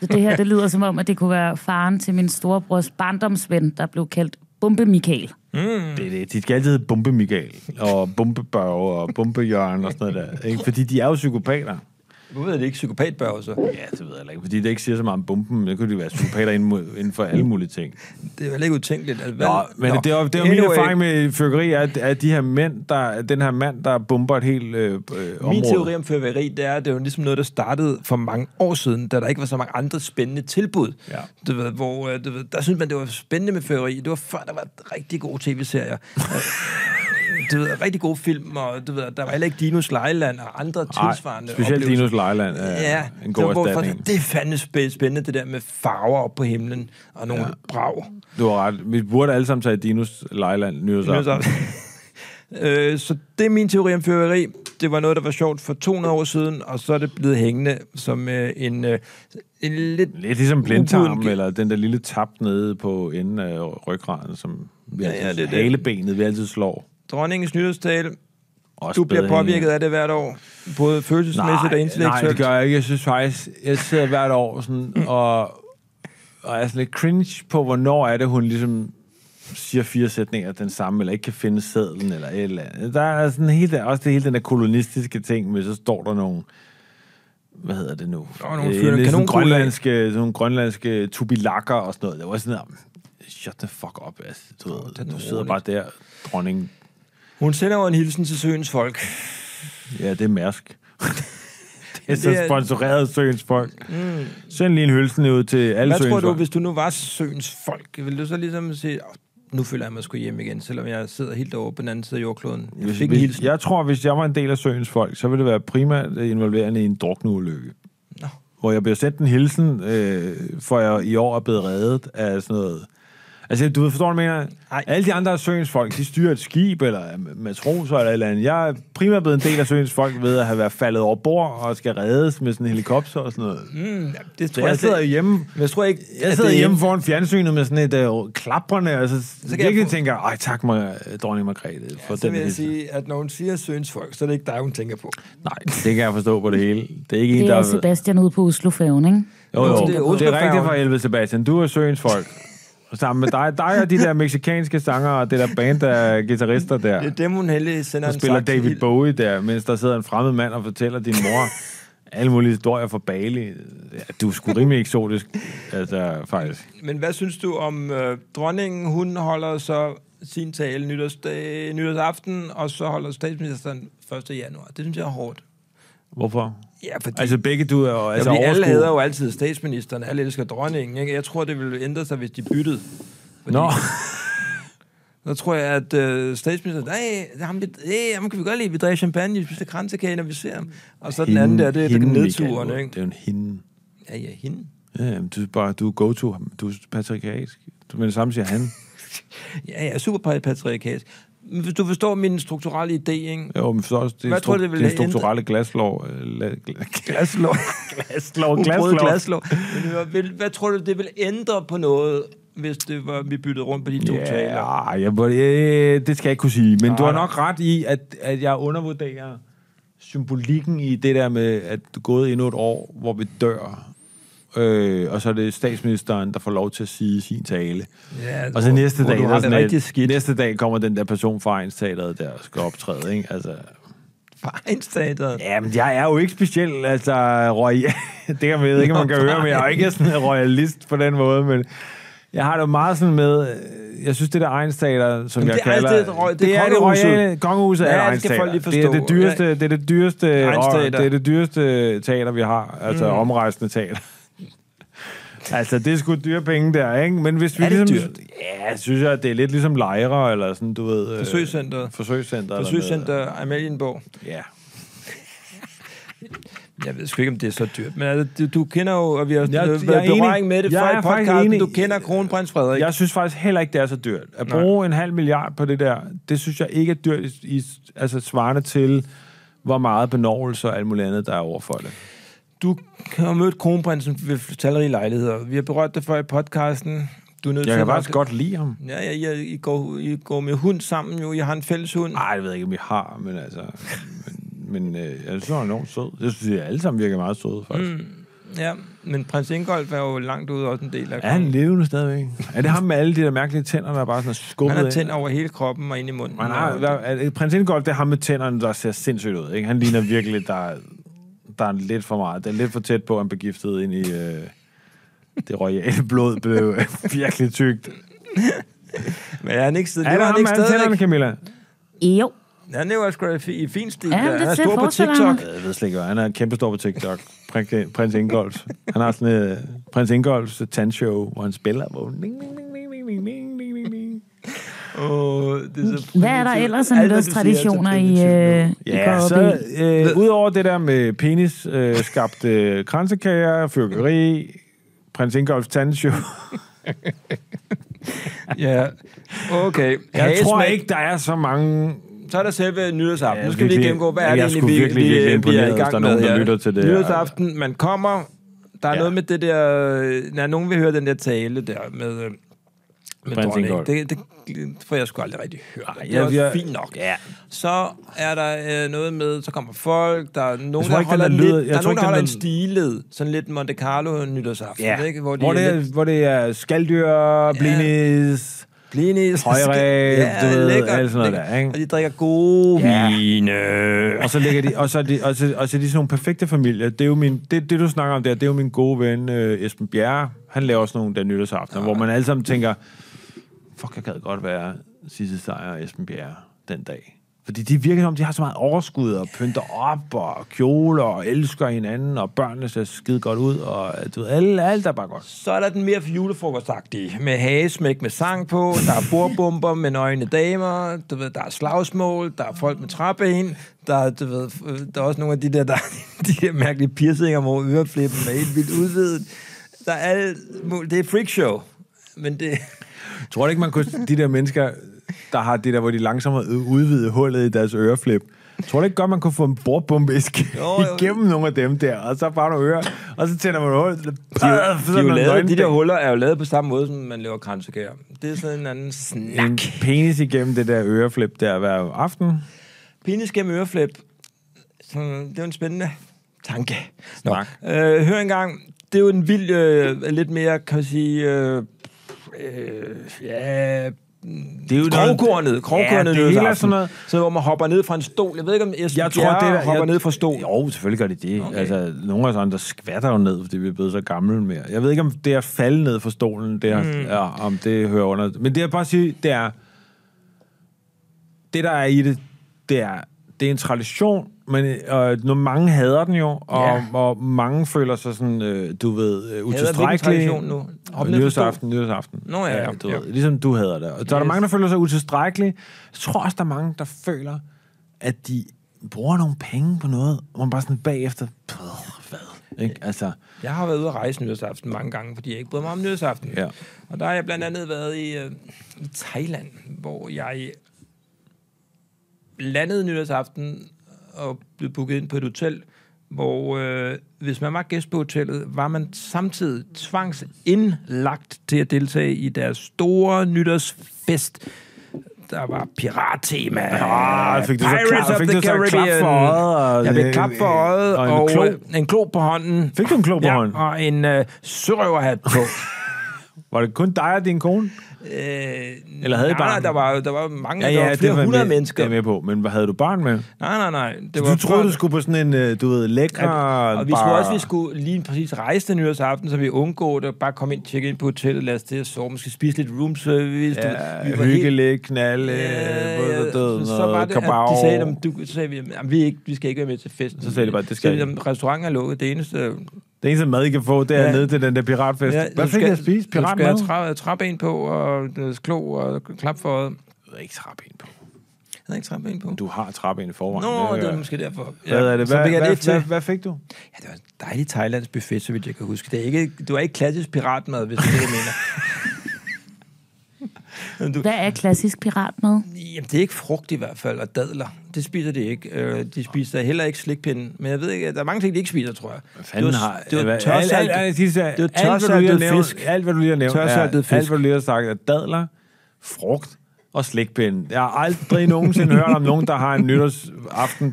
Så det her, det lyder som om, at det kunne være faren til min storebrors barndomsven, der blev kaldt Bombe Michael.
Mm.
Det er det. De skal altid hedde Bombe Michael, og Bombe Børge, og Bombe Jørgen og sådan noget der. Ikke? Fordi de er jo psykopater.
Nu ved jeg det ikke, psykopatbørger så.
Ja, det ved jeg heller ikke, fordi det ikke siger så meget om bomben. Det kunne de være psykopater inden, mod- inden for alle mulige ting.
Det er vel ikke utænkeligt. Altså, hvad-
Nå, men det er jo, det er jo min
Anyway,
erfaring med fyrkeri, at, at de her mænd, der, den her mand, der bomber et helt øh, øh, område.
Min teori om fyrværkeri, det er, at det er jo ligesom noget, der startede for mange år siden, da der ikke var så mange andre spændende tilbud.
Ja.
Du ved, hvor, øh, du ved, der syntes man, det var spændende med fyrværkeri. Det var før, der var rigtig gode
*laughs*
tv-serier. Øh, du ved, rigtig gode film, og du ved, der var heller ikke Dinos Lejland og andre
Ej,
tilsvarende
specielt
oplevelser.
Dinos Lejland er
Ja,
en god
det, var,
erstatning.
det er fandme spæ- spændende, det der med farver op på himlen og nogle ja. brag.
Du har ret. Vi burde alle sammen tage Dinos Lejland nytårsaften.
*laughs* øh, så det er min teori om fyrværkeri. Det var noget, der var sjovt for 200 år siden, og så er det blevet hængende som øh, en, øh, en lidt...
Lidt ligesom blindtarm,
Ubuden-
eller den der lille tap nede på enden af ryggraden, som vi
Ja,
altid,
ja, det er det.
halebenet, vi altid slår.
Dronningens nyhedstale.
Også
Du bliver
bedre end-
påvirket af det hvert år, både følelsesmæssigt og
Nej, det
intellektuelt. Mm.
gør jeg ikke. Jeg synes faktisk, jeg sidder hvert år sådan, og, og er sådan lidt cringe på, hvornår er det, hun ligesom siger fire sætninger den samme, eller ikke kan finde sædlen, eller et eller andet. Der er sådan hele, også det hele den der kolonistiske ting, men så står der nogle hvad hedder det nu?
Der var nogle
Øh,
fyre, der
sådan
kanonkugler af.
grønlandske, sådan nogle grønlandske tubilakker og sådan noget. Det var sådan der, shut the fuck up, altså. Du,
tag
ved,
det
du sidder
roligt.
bare der, dronning.
Hun sender jo en hilsen til søens folk.
Ja, det er mærsk. *laughs* det er så
Det er-
sponsoreret søens folk. Mm. Send lige en hølsen ud til alle
Hvad
søens
tror du,
folk.
hvis du nu var søens folk, ville du så ligesom sige, "Åh, nu føler jeg mig sgu hjem igen, selvom jeg sidder helt over på den anden side af jordkloden. Jeg
Hvis,
fik en
hvis,
hilsen.
jeg tror, hvis jeg var en del af søens folk, så ville det være primært øh, involverende i en drukneulykke.
Nå.
Hvor jeg bliver sendt en hilsen, øh, for jeg i år er blevet reddet af sådan noget... Altså, du ved, forstår du, hvad jeg mener?
Ej.
Alle de andre af søens folk, de styrer et skib, eller er matroser, eller et eller andet. Jeg er primært blevet en del af søens folk ved at have været faldet over bord, og skal reddes med sådan en helikopter og sådan noget. Mm,
Det tror
så jeg sidder
det-
hjemme
Men jeg tror ikke,
jeg
at
sidder
det-
hjemme foran fjernsynet med sådan et øh, klaprende, og så, så
kan
virkelig
jeg
jeg
få-
tænker, ej tak, mig, dronning Margrethe, for
Så
den
vil jeg
hilsen.
sige, at når hun siger søens folk, så er det ikke dig, hun tænker på.
Nej, det kan jeg forstå på det hele. Det er ikke en,
Det
der...
er Sebastian ude på Oslofærgen, ikke?
Jo,
Det er
jo. Det er, det er
Oslo-færgen.
rigtigt for helvede, Sebastian. Du er søens folk. Og Sammen med dig, dig og de der meksikanske sanger og det der band af guitarister der.
Det er dem, hun heldig sender
Der
en
spiller
tak til
David
ild.
Bowie der, mens der sidder en fremmed mand og fortæller din mor alle mulige historier fra Bali. Ja, du er sgu rimelig eksotisk, altså faktisk.
Men hvad synes du om øh, dronningen? Hun holder så sin tale nytårsdag, nytårsaften, og så holder statsministeren 1. januar. Det synes jeg er hårdt.
Hvorfor?
Ja, fordi, altså,
Altså begge du er jo
altså
altså,
fordi alle
overskue-
hader jo altid statsministeren, alle elsker dronningen. Ikke? Jeg tror, det ville ændre sig, hvis de byttede. Fordi *laughs*
Nå,
Så tror jeg, at øh, statsministeren, nej, ham, vi, hey, ham kan vi godt lide, vi drikker champagne, vi spiser kransekage, når vi ser ham. Og så den anden der, det er
hende,
nedturen,
Michael. Det
ikke?
er jo en hende.
Ja, ja, hende.
Ja, jamen, du er bare, du er go-to, du er patriarkalsk. Du men det samme siger han.
*laughs* Ja, ja, super patriarkalsk. Men hvis du forstår min strukturelle idé, ikke?
Jo, men så også, det, er
Hvad tror
stru-
du, det ville
det er
have
strukturelle glaslov. øh, la- gla-
Glaslov.
*laughs* glaslov,
Ubrød glaslov. Men hør, vil, hvad tror du, det vil ændre på noget, hvis det var, vi byttede rundt på de to yeah. taler?
Ja, jeg, må- øh, det skal jeg ikke kunne sige. Men du har
nej.
nok ret i, at, at jeg undervurderer symbolikken i det der med, at du er gået endnu et år, hvor vi dør. Øh, og så er det statsministeren, der får lov til at sige sin tale.
Ja,
Og så
hvor-
næste
altså, hvor
dag,
du
der
har
er
det
sådan
rigtig
et-
skidt.
næste dag kommer den der person fra egenstateret, der skal optræde. Ikke? Altså,
Fejnstater. Ja.
Jamen, jeg er jo ikke speciel, altså, royal. *laughs* det kan man, jeg ved ikke, om man kan høre, men jeg er jo ikke sådan en royalist på den måde, men jeg har det jo meget sådan med, øh, jeg synes, det der egenstater, som
Men
jeg
det er
kalder...
altid et røg- det er
det er det
kongehuset.
royale, kongehuset
Ja,
er
det skal
egenstater.
folk lige
Det er det
forstå.
dyreste, det er det dyreste, og,
Egenstater.
det er det dyreste teater, vi har, altså mm. omrejsende teater. *laughs* Altså, det er sgu dyre penge der, ikke? Men hvis vi
Er det
ligesom...
dyrt?
Ja, synes jeg, det er lidt ligesom lejre, eller sådan, du ved... øh,
Forsøgscenteret.
Forsøgscenter. eller
Forsøgscenter Amalienborg.
noget. Ja.
Jeg ved sgu ikke, om det er så dyrt, men altså, du, du kender jo, og vi har også
Jeg-
jeg,
jeg er
været i
enig.
berøring med det
Jeg
før
er
i
faktisk
podcasten.
enig.
Du kender kronprins Frederik.
Jeg synes faktisk heller ikke, det er så dyrt. At bruge en halv milliard på det der, det synes jeg ikke er dyrt, i, i, altså svarende til, hvor meget benovelse og alt muligt andet, der er over for det.
Du har mødt kronprinsen ved talrige lejligheder. Vi har berørt det før i podcasten. Du er nødt
Jeg
til at-
kan faktisk godt lide ham.
Ja, ja, ja I, går, I går med hund sammen jo. I har en fælles hund.
Nej, det ved jeg ikke, om vi har, men altså... Men, men øh, jeg synes, han er enormt sød. Jeg synes, at alle sammen virker meget søde, faktisk. Mm.
Ja, men prins Ingolf er jo langt ude også en del af
Er han levende stadigvæk? Er det ham med alle de der mærkelige tænder, der er bare sådan er skubbet
Han har
ind?
tændt over hele kroppen og ind i munden.
Man har, der, er, prins Ingolf, det er ham med tænderne, der ser sindssygt ud. Ikke? Han ligner virkelig, der, der er lidt for meget. Det er lidt for tæt på, at han begiftet ind i øh, det royale blod. blev *laughs* virkelig tykt.
Men er han ikke siddet?
Er
lever han
det ham
ikke
med alle tænderne,
stadigvæk?
Camilla?
Jo.
Han lever sgu i fi- i fin stil.
Ja,
Ja,
det
han er
ser jeg
stor på
forestiller
TikTok.
mig.
Jeg ved slet ikke, hvad. Han er kæmpestor på TikTok. Prins, prins Ingolf. Han har sådan et øh, prins Ingolfs tandshow, hvor han spiller. Hvor... Ding, ding, ding, ding, ding, ding, ding, ding, ding.
Åh, det er så
Hvad er der
primitivt.
ellers
Alt,
af
hvad du siger, er så
nytårstraditioner, I,
primitivt nu.
øh,
Ja,
I går
så
op i?
øh, udover det der med penis, øh, skabte *laughs* øh, kransekager, fyrkeri, prins Ingolfs
*laughs*
tandshow.
Ja, okay.
Jeg
Hagesmæk.
tror ikke, der er så mange...
Så er der selve nytårsaften.
Ja,
Ja, nu skal vi lige
virkelig.
gennemgå, hvad er
Jeg
det
er sgu
egentlig, vi,
virkelig,
vi,
virkelig
vi er i
imponeret, hvis
gang
der er
med.
nogen, der
her.
lytter til det her.
Nytårsaften, man kommer. Der er
Ja.
ja. noget med det der... øh, Når nogen vil høre den der tale der med... øh, Med
Prins
dronningen.
Ingolf.
Det, det, det får jeg sgu aldrig rigtig hørt.
Nej,
det
jeg-
er også
jeg-
fint nok.
Ja.
Så er der øh, noget med, så kommer folk, der er nogen,
tror
der
ikke, den
holder,
er
en
lyd-
lidt,
jeg
der er
tror
nogen,
ikke,
der holder
den
en
er-
stiled, sådan lidt Monte Carlo nytårsaften, ikke?
Hvor,
er
det,
lidt-
er, hvor det er skaldyr, blindis,
*laughs* Blinis.
Højre, du ved, alt sådan noget der, ikke?
Og de drikker gode
Ja.
vine.
Øh, og så ligger de, og så er de, og så, og så er de sådan nogle perfekte familier. Det er jo min, det, det du snakker om der, det er jo min gode ven øh, Esben Bjerre. Han laver sådan nogle der nytårsaftener, ja. hvor man alle sammen tænker, fuck, jeg gad godt være Sisse Sejr og Esben Bjerre den dag. Fordi de virker som, om, de har så meget overskud og pynter op og kjoler og elsker hinanden, og børnene ser skide godt ud, og øh, du ved, alle, alt er bare godt.
Så er der den mere julefrokostagtige, med hagesmæk med sang på, der er bordbomber med nøgne damer, du ved, der er slagsmål, der er folk med træben, der er, du ved, øh, der er også nogle af de der, *laughs* der de der mærkelige piercinger, hvor øreflippen er helt vildt udvidet. Der er alt, muligt. det er et freakshow, men det,
Tror du ikke, man kunne, de der mennesker, der har det der, hvor de langsomt har udvidet hullet i deres øreflip, tror du ikke godt, man kunne få en bordbombe isk-
*laughs* Jo, jo.
igennem nogle af dem der, og så bare nogle ører, og så tænder man hullet. De,
de, er jo- de, er jo lavet, de der huller er jo lavet på samme måde, som man laver kransekær. Det er sådan en anden snak.
en penis igennem det der øreflip der hver aften.
Penis gennem øreflip. Så det er jo en spændende tanke. Nå,
Snak.
øh, hør engang. Det er jo en vild, øh, lidt mere, kan man sige... Øh, øh, ja,
Det er jo
krogkornet,
Ja,
krogkornet
det hele er sådan noget.
Så hvor man hopper ned fra en stol. Jeg ved ikke, om Esben
Jeg tror, det der,
hopper
jeg,
ned fra stol.
Jo, selvfølgelig gør de det. Okay. Altså, nogle af os andre skvatter jo ned, fordi vi er blevet så gamle mere. Jeg ved ikke, om det er at falde ned fra stolen, det er, mm. ja, om det hører under. Men det jeg bare sige, det er... Det, der er i det, det er, det er en tradition, men øh, når mange hader den jo, og,
Ja.
ja. og mange føler sig sådan, øh, du ved, øh, utilstrækkelige.
tradition nu? Hop ned fra
Nyhedsaften, nyhedsaften.
Nå ja, ja,
du
ja.
Ved, ligesom du hader det. Og så er der
Yes.
mange, der føler sig utilstrækkelige. Jeg tror også, der er mange, der føler, at de bruger nogle penge på noget, hvor man bare sådan bagefter, "Puh, hvad? Ikke? Altså,
Jeg har været ude at rejse nytårsaften mange gange, fordi jeg ikke bryder mig om nytårsaften.
Ja.
Og der har jeg blandt andet været i, øh, i Thailand, hvor jeg landede nytårsaften og blev booket ind på et hotel, hvor øh, hvis man var gæst på hotellet, var man samtidig tvangsindlagt til at deltage i deres store nytårsfest. Der var pirattema.
Ah, fik du så
Pirates
klap-
of
fik
the
du så klap for
Caribbean.
øjet, og-
jeg blev klap for øjet,
og en
og,
klo.
øh, en klo på hånden.
Fik du en klo på hånden?
Ja, og en øh, sørøverhat på.
*laughs* var det kun dig og din kone?
øh,
Eller havde I
nej, nej,
barn?
der var, der var mange, ja, ja, der var flere
jeg
hundrede
med,
mennesker.
Det er jeg med på, men hvad havde du barn med?
Nej, nej, nej. Det
Du
var
troede,
før-
du skulle på sådan en, øh, du ved, lækker...
Ja, og vi skulle
bar.
også, vi skulle lige præcis rejse den nyårsaften, så vi undgår det, bare komme ind, tjekke ind på hotellet, lade os til at sove, måske spise lidt room service. du ved.
Ja,
var helt-
hyggeligt, knalde,
Ja,
både
ja,
og døden
så var
og
det, at
kabav.
de sagde, jamen, du, så sagde vi, jamen, vi, er ikke, vi skal ikke være med til festen.
Så sagde de bare, det skal
Så
I
sagde de, "Jamen, Restauranten er lukket, det eneste...
Det eneste mad, I kan få, det er
Ja.
ja. nede til den der piratfest. Ja, Hvad
du
fik
skal-
jeg at spise?
Du skal
Piratmad?
have tra- træben på, og øh, klo, og klap for øjet.
Jeg ved ikke træben på.
Jeg havde ikke træben på.
Du har træben i forvejen.
Nå, det
hører
var
jeg.
måske derfor. Ja.
Hvad er det?
Så
Hvad,
fik jeg
hvad,
lidt til.
hvad, hvad fik du?
Ja, det var en dejlig thailandsk buffet, så vidt jeg kan huske. Det er ikke, du er ikke klassisk piratmad, hvis det er det, jeg mener. Men du,
Hvad er klassisk piratmad?
jamen, det er ikke frugt i hvert fald, og dadler. Det spiser de ikke. Øh, de spiser heller ikke slikpinden. Men jeg ved ikke, der er mange ting, de ikke spiser, tror jeg.
Hvad
det
fanden
var,
har...
det var
hvad- alt- alt- alt-
tørsaltet.
sidste- alt,
det var
hvad du lige har
tørsaltet
nævnt-
fisk.
Alt, hvad du lige har nævnt. er-
Tørsaltet fisk.
Alt, hvad du lige har sagt, er dadler, frugt og slikpinde. Jeg har aldrig nogensinde hørt om nogen, der har en nytårsaften,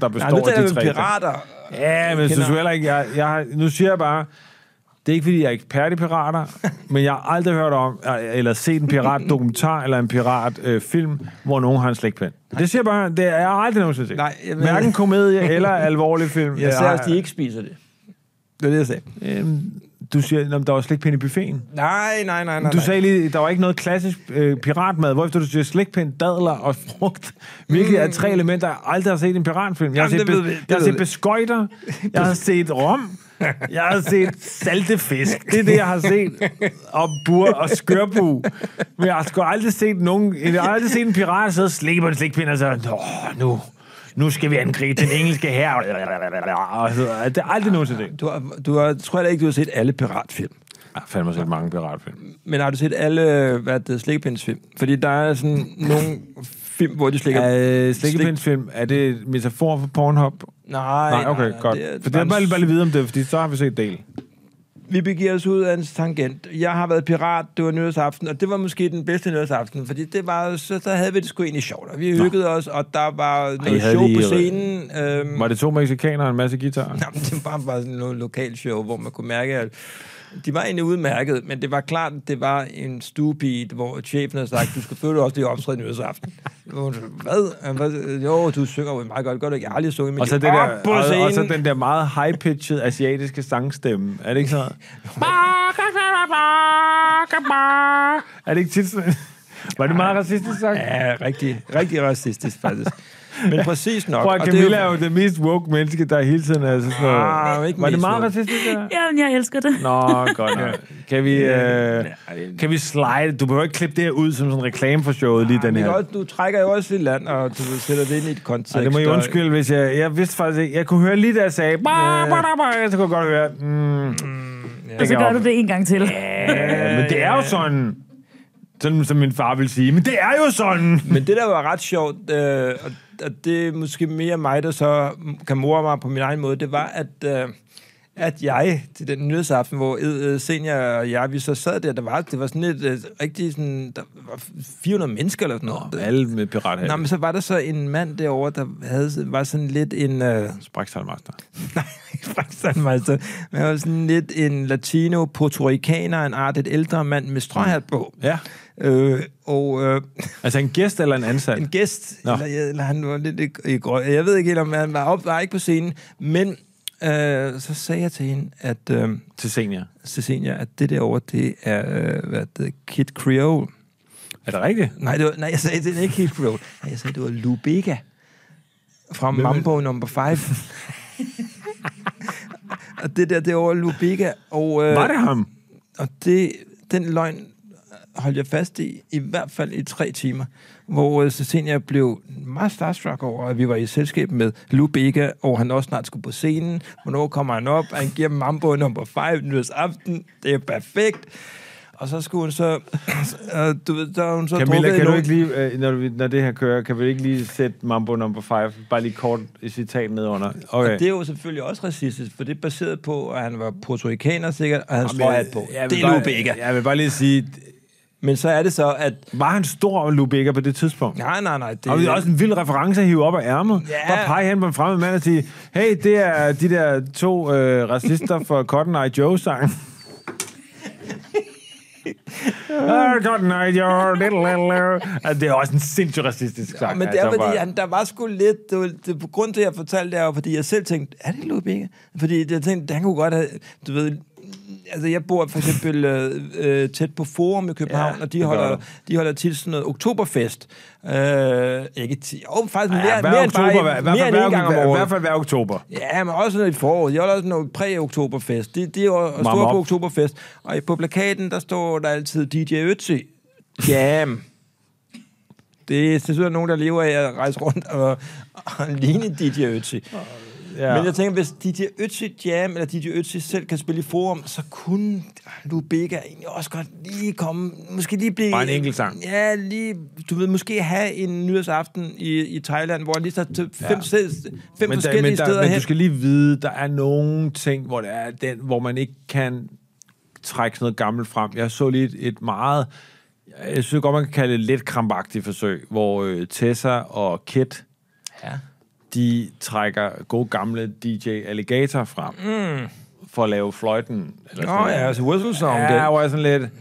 der
Nej, nu
består af
er
de
det
tre. ting.
pirater.
Ja, men jeg synes
kender-
jo heller ikke, jeg, jeg, har- nu siger jeg bare, det er ikke, fordi jeg er ekspert i pirater,
*laughs*
men jeg har aldrig hørt om, eller set en piratdokumentar eller en piratfilm, øh, hvor nogen har en slikpind. Det siger jeg bare, det er jeg har aldrig nogensinde set.
Nej, jeg ved-
Hverken komedie eller alvorlig
*laughs*
film.
Jeg sagde
har-
også, de ikke spiser det. Det var det, jeg sagde.
Øhm, du siger, at der var slikpind i buffeten.
Nej, nej, nej, nej.
Du
nej.
sagde lige, der var ikke noget klassisk øh, piratmad, hvorefter du siger slikpind, dadler og frugt. Hvilket er tre elementer, jeg aldrig har set i en piratfilm. Jeg har
Jamen,
set,
det ved
be-
vi, det
jeg har
ved
set
vi.
beskøjter, jeg har set rom, jeg har set saltefisk. Det er det, jeg har set. Og bur og skørbu. Men jeg har sgu aldrig set nogen... Jeg har aldrig set en pirat sidde og slikke på en slikpind og så... Nå, nu... Nu skal vi angribe den engelske her. Og så, det er aldrig nogensinde det.
Du har, du har, tror heller ikke, du har set alle piratfilm.
Jeg har fandme set mange piratfilm.
Men har du set alle hvad det, slikkepindsfilm? Fordi der er sådan nogle film, hvor de slikker...
Øh, Slikkepindsfilm, er det et metafor for Pornhub?
Nej,
Nej, okay, godt.
Det er,
for det er bare,
bare,
lige- bare lige vide om det, fordi så har vi set del.
Vi begiver os ud af en tangent. Jeg har været pirat, det var nyårsaften, og det var måske den bedste nyårsaften, fordi det var, så, så havde vi det sgu egentlig sjovt, og vi hyggede os, og der var noget
havde
show
lige-
på scenen. Øhm,
Var det to mexikanere og en masse guitar?
Jamen, det var bare sådan noget lokalt show, hvor man kunne mærke, at de var egentlig udmærket, men det var klart, at det var en stuepige, hvor chefen havde sagt, du skal følge også det optræde nyhedsaften. Hvad? Hvad? Jo, du synger jo meget godt. Gør du ikke? Jeg har aldrig sunget, men
Og så,
det
det der,
på
og, og så
scenen.
den der meget high-pitched asiatiske sangstemme. Er det ikke sådan? *laughs* er det ikke tit sådan? Var det meget racistisk sagt?
Ja, rigtig, rigtig racistisk faktisk. Men præcis nok.
Prøv at
og
Camilla
det
er
er
jo det mest woke menneske, der hele tiden er sådan noget.
Ah, ikke
Var det
mest
meget
woke.
racistisk, det der?
Jamen, jeg elsker det.
Nå, godt nok. Kan vi, øh,
det-
kan vi slide? Du behøver ikke klippe det her ud som sådan en reklame for showet lige den
men
her.
også, du trækker jo også lidt land, og du sætter det ind i et kontekst.
Og det må I
og-
undskylde, hvis jeg... Jeg vidste faktisk ikke... Jeg kunne høre lige, da jeg sagde... Bah, bah, bah, bah, så kunne jeg godt høre... Mm,
Og så
kan
gør
op.
du det en gang til.
ja, men det er jo sådan... Sådan, som min far ville sige. Men det er jo sådan!
Men det, der var ret sjovt, øh, og, og det er måske mere mig, der så kan more mig på min egen måde, det var, at, øh, at jeg til den nyhedsaften, hvor Ed, øh, Senior og jeg, vi så sad der, der var, det var sådan et øh, rigtig sådan, der var 400 mennesker eller sådan noget. Nå,
Alle med pirat
Nå, men så var der så en mand derovre, der havde, var sådan lidt en... Øh, *laughs*
Spræksalmaster.
nej, Frank Sandmeister. Men han var sådan lidt en latino, portoricaner, en art, et ældre mand med strøhat på.
Ja.
Øh, og øh,
Altså en gæst eller en ansat?
en gæst,
Nå.
eller, eller han var lidt i- i grøn. Jeg ved ikke helt, om han var op, var ikke på scenen, men øh, så sagde jeg til hende, at øh,
Til senior.
Cecilia, at det derovre, det er øh, hvad det, Kid Creole.
Er det rigtigt?
Nej, det var, nej, jeg sagde, det er ikke Kid
*laughs*
Creole. Nej, jeg sagde, det var Lubega fra Mambo number 5.
*laughs*
og det der, det er over Lubega. Og, øh,
Var det ham?
og det, den løgn holdt jeg fast i, i hvert fald i tre timer, hvor øh, Cecilia blev meget starstruck over, at vi var i selskab med Lou Bega, og han også snart skulle på scenen. Hvornår kommer han op? Han giver Mambo nummer 5 nyhedsaften. Det er perfekt. Og så skulle hun så... *clears throat* Øh, du ved, så har hun så
Camilla,
drukket
kan du
nogle-
ikke lige, øh, når, vi, når det her kører, kan vi ikke lige sætte Mambo number 5, bare lige kort et citat ned under? Okay.
Og det er jo selvfølgelig også racistisk, for det er baseret på, at han var puertoricaner sikkert, og han havde strøhat på.
Jeg vil
det er
bare-
Lou Bega.
Jeg vil bare lige sige,
Men så er det så, at...
var han stor Lubega på det tidspunkt?
Nej, nej, nej.
Og det er også en vild reference at hive op af ærmet.
Ja.
Bare pege hen på en fremmed mand og sige, hey, det er de der to øh, racister fra Cotton Eye
*laughs*
Joe-sang. Ah, Cotton Eye Joe, little, little. Altså, det er også en sindssygt racistisk sang. altså,
Ja, men det er, fordi han, der var sgu lidt... Det var, det, på grund til, at jeg fortalte det, er jo, fordi jeg selv tænkte, er det Louis Bega? Fordi jeg tænkte, han kunne godt have... Du ved, altså jeg bor for eksempel øh, øh, tæt på Forum i København,
Ja,
ja, og de
det gør
holder,
du.
de holder tit sådan noget oktoberfest. Øh, ikke ti, jo, faktisk mere,
Ja, hver
mere end
oktober,
bare,
hver- i hvert
mere
fald
end en
hver-
gang om
hver- i hvert
året.
fald hver oktober.
Ja, men også i foråret. Jeg holder også noget præ-oktoberfest. Det, det er jo store
op.
på oktoberfest. Og i- på plakaten, der står der altid DJ Ötzi. Jam. Det er selvfølgelig nogen, der lever af at rejse rundt og, og ligne DJ Ötzi. Ja. Men jeg tænker, hvis DJ Ötzi Jam eller DJ Ötzi selv kan spille i forum, så kunne Lubega egentlig også godt lige komme, måske lige blive...
Bare en enkelt sang.
Ja, lige, du ved, måske have en nyårsaften i, i Thailand, hvor han lige tager til fem, ja. fem
men der-
forskellige
men der,
steder
men
hen.
du skal lige vide, der er nogle ting, hvor, det er den, hvor man ikke kan trække sådan noget gammelt frem. Jeg så lige et, et meget, jeg synes godt, man kan kalde det lidt krampagtigt forsøg, hvor øh, Tessa og Kit,
Ja.
de trækker god gamle DJ Alligator frem, mm. for at lave fløjten. Eller
Nå
noget.
ja, altså whistle song.
Ja,
Ja,
hvor jeg sådan lidt...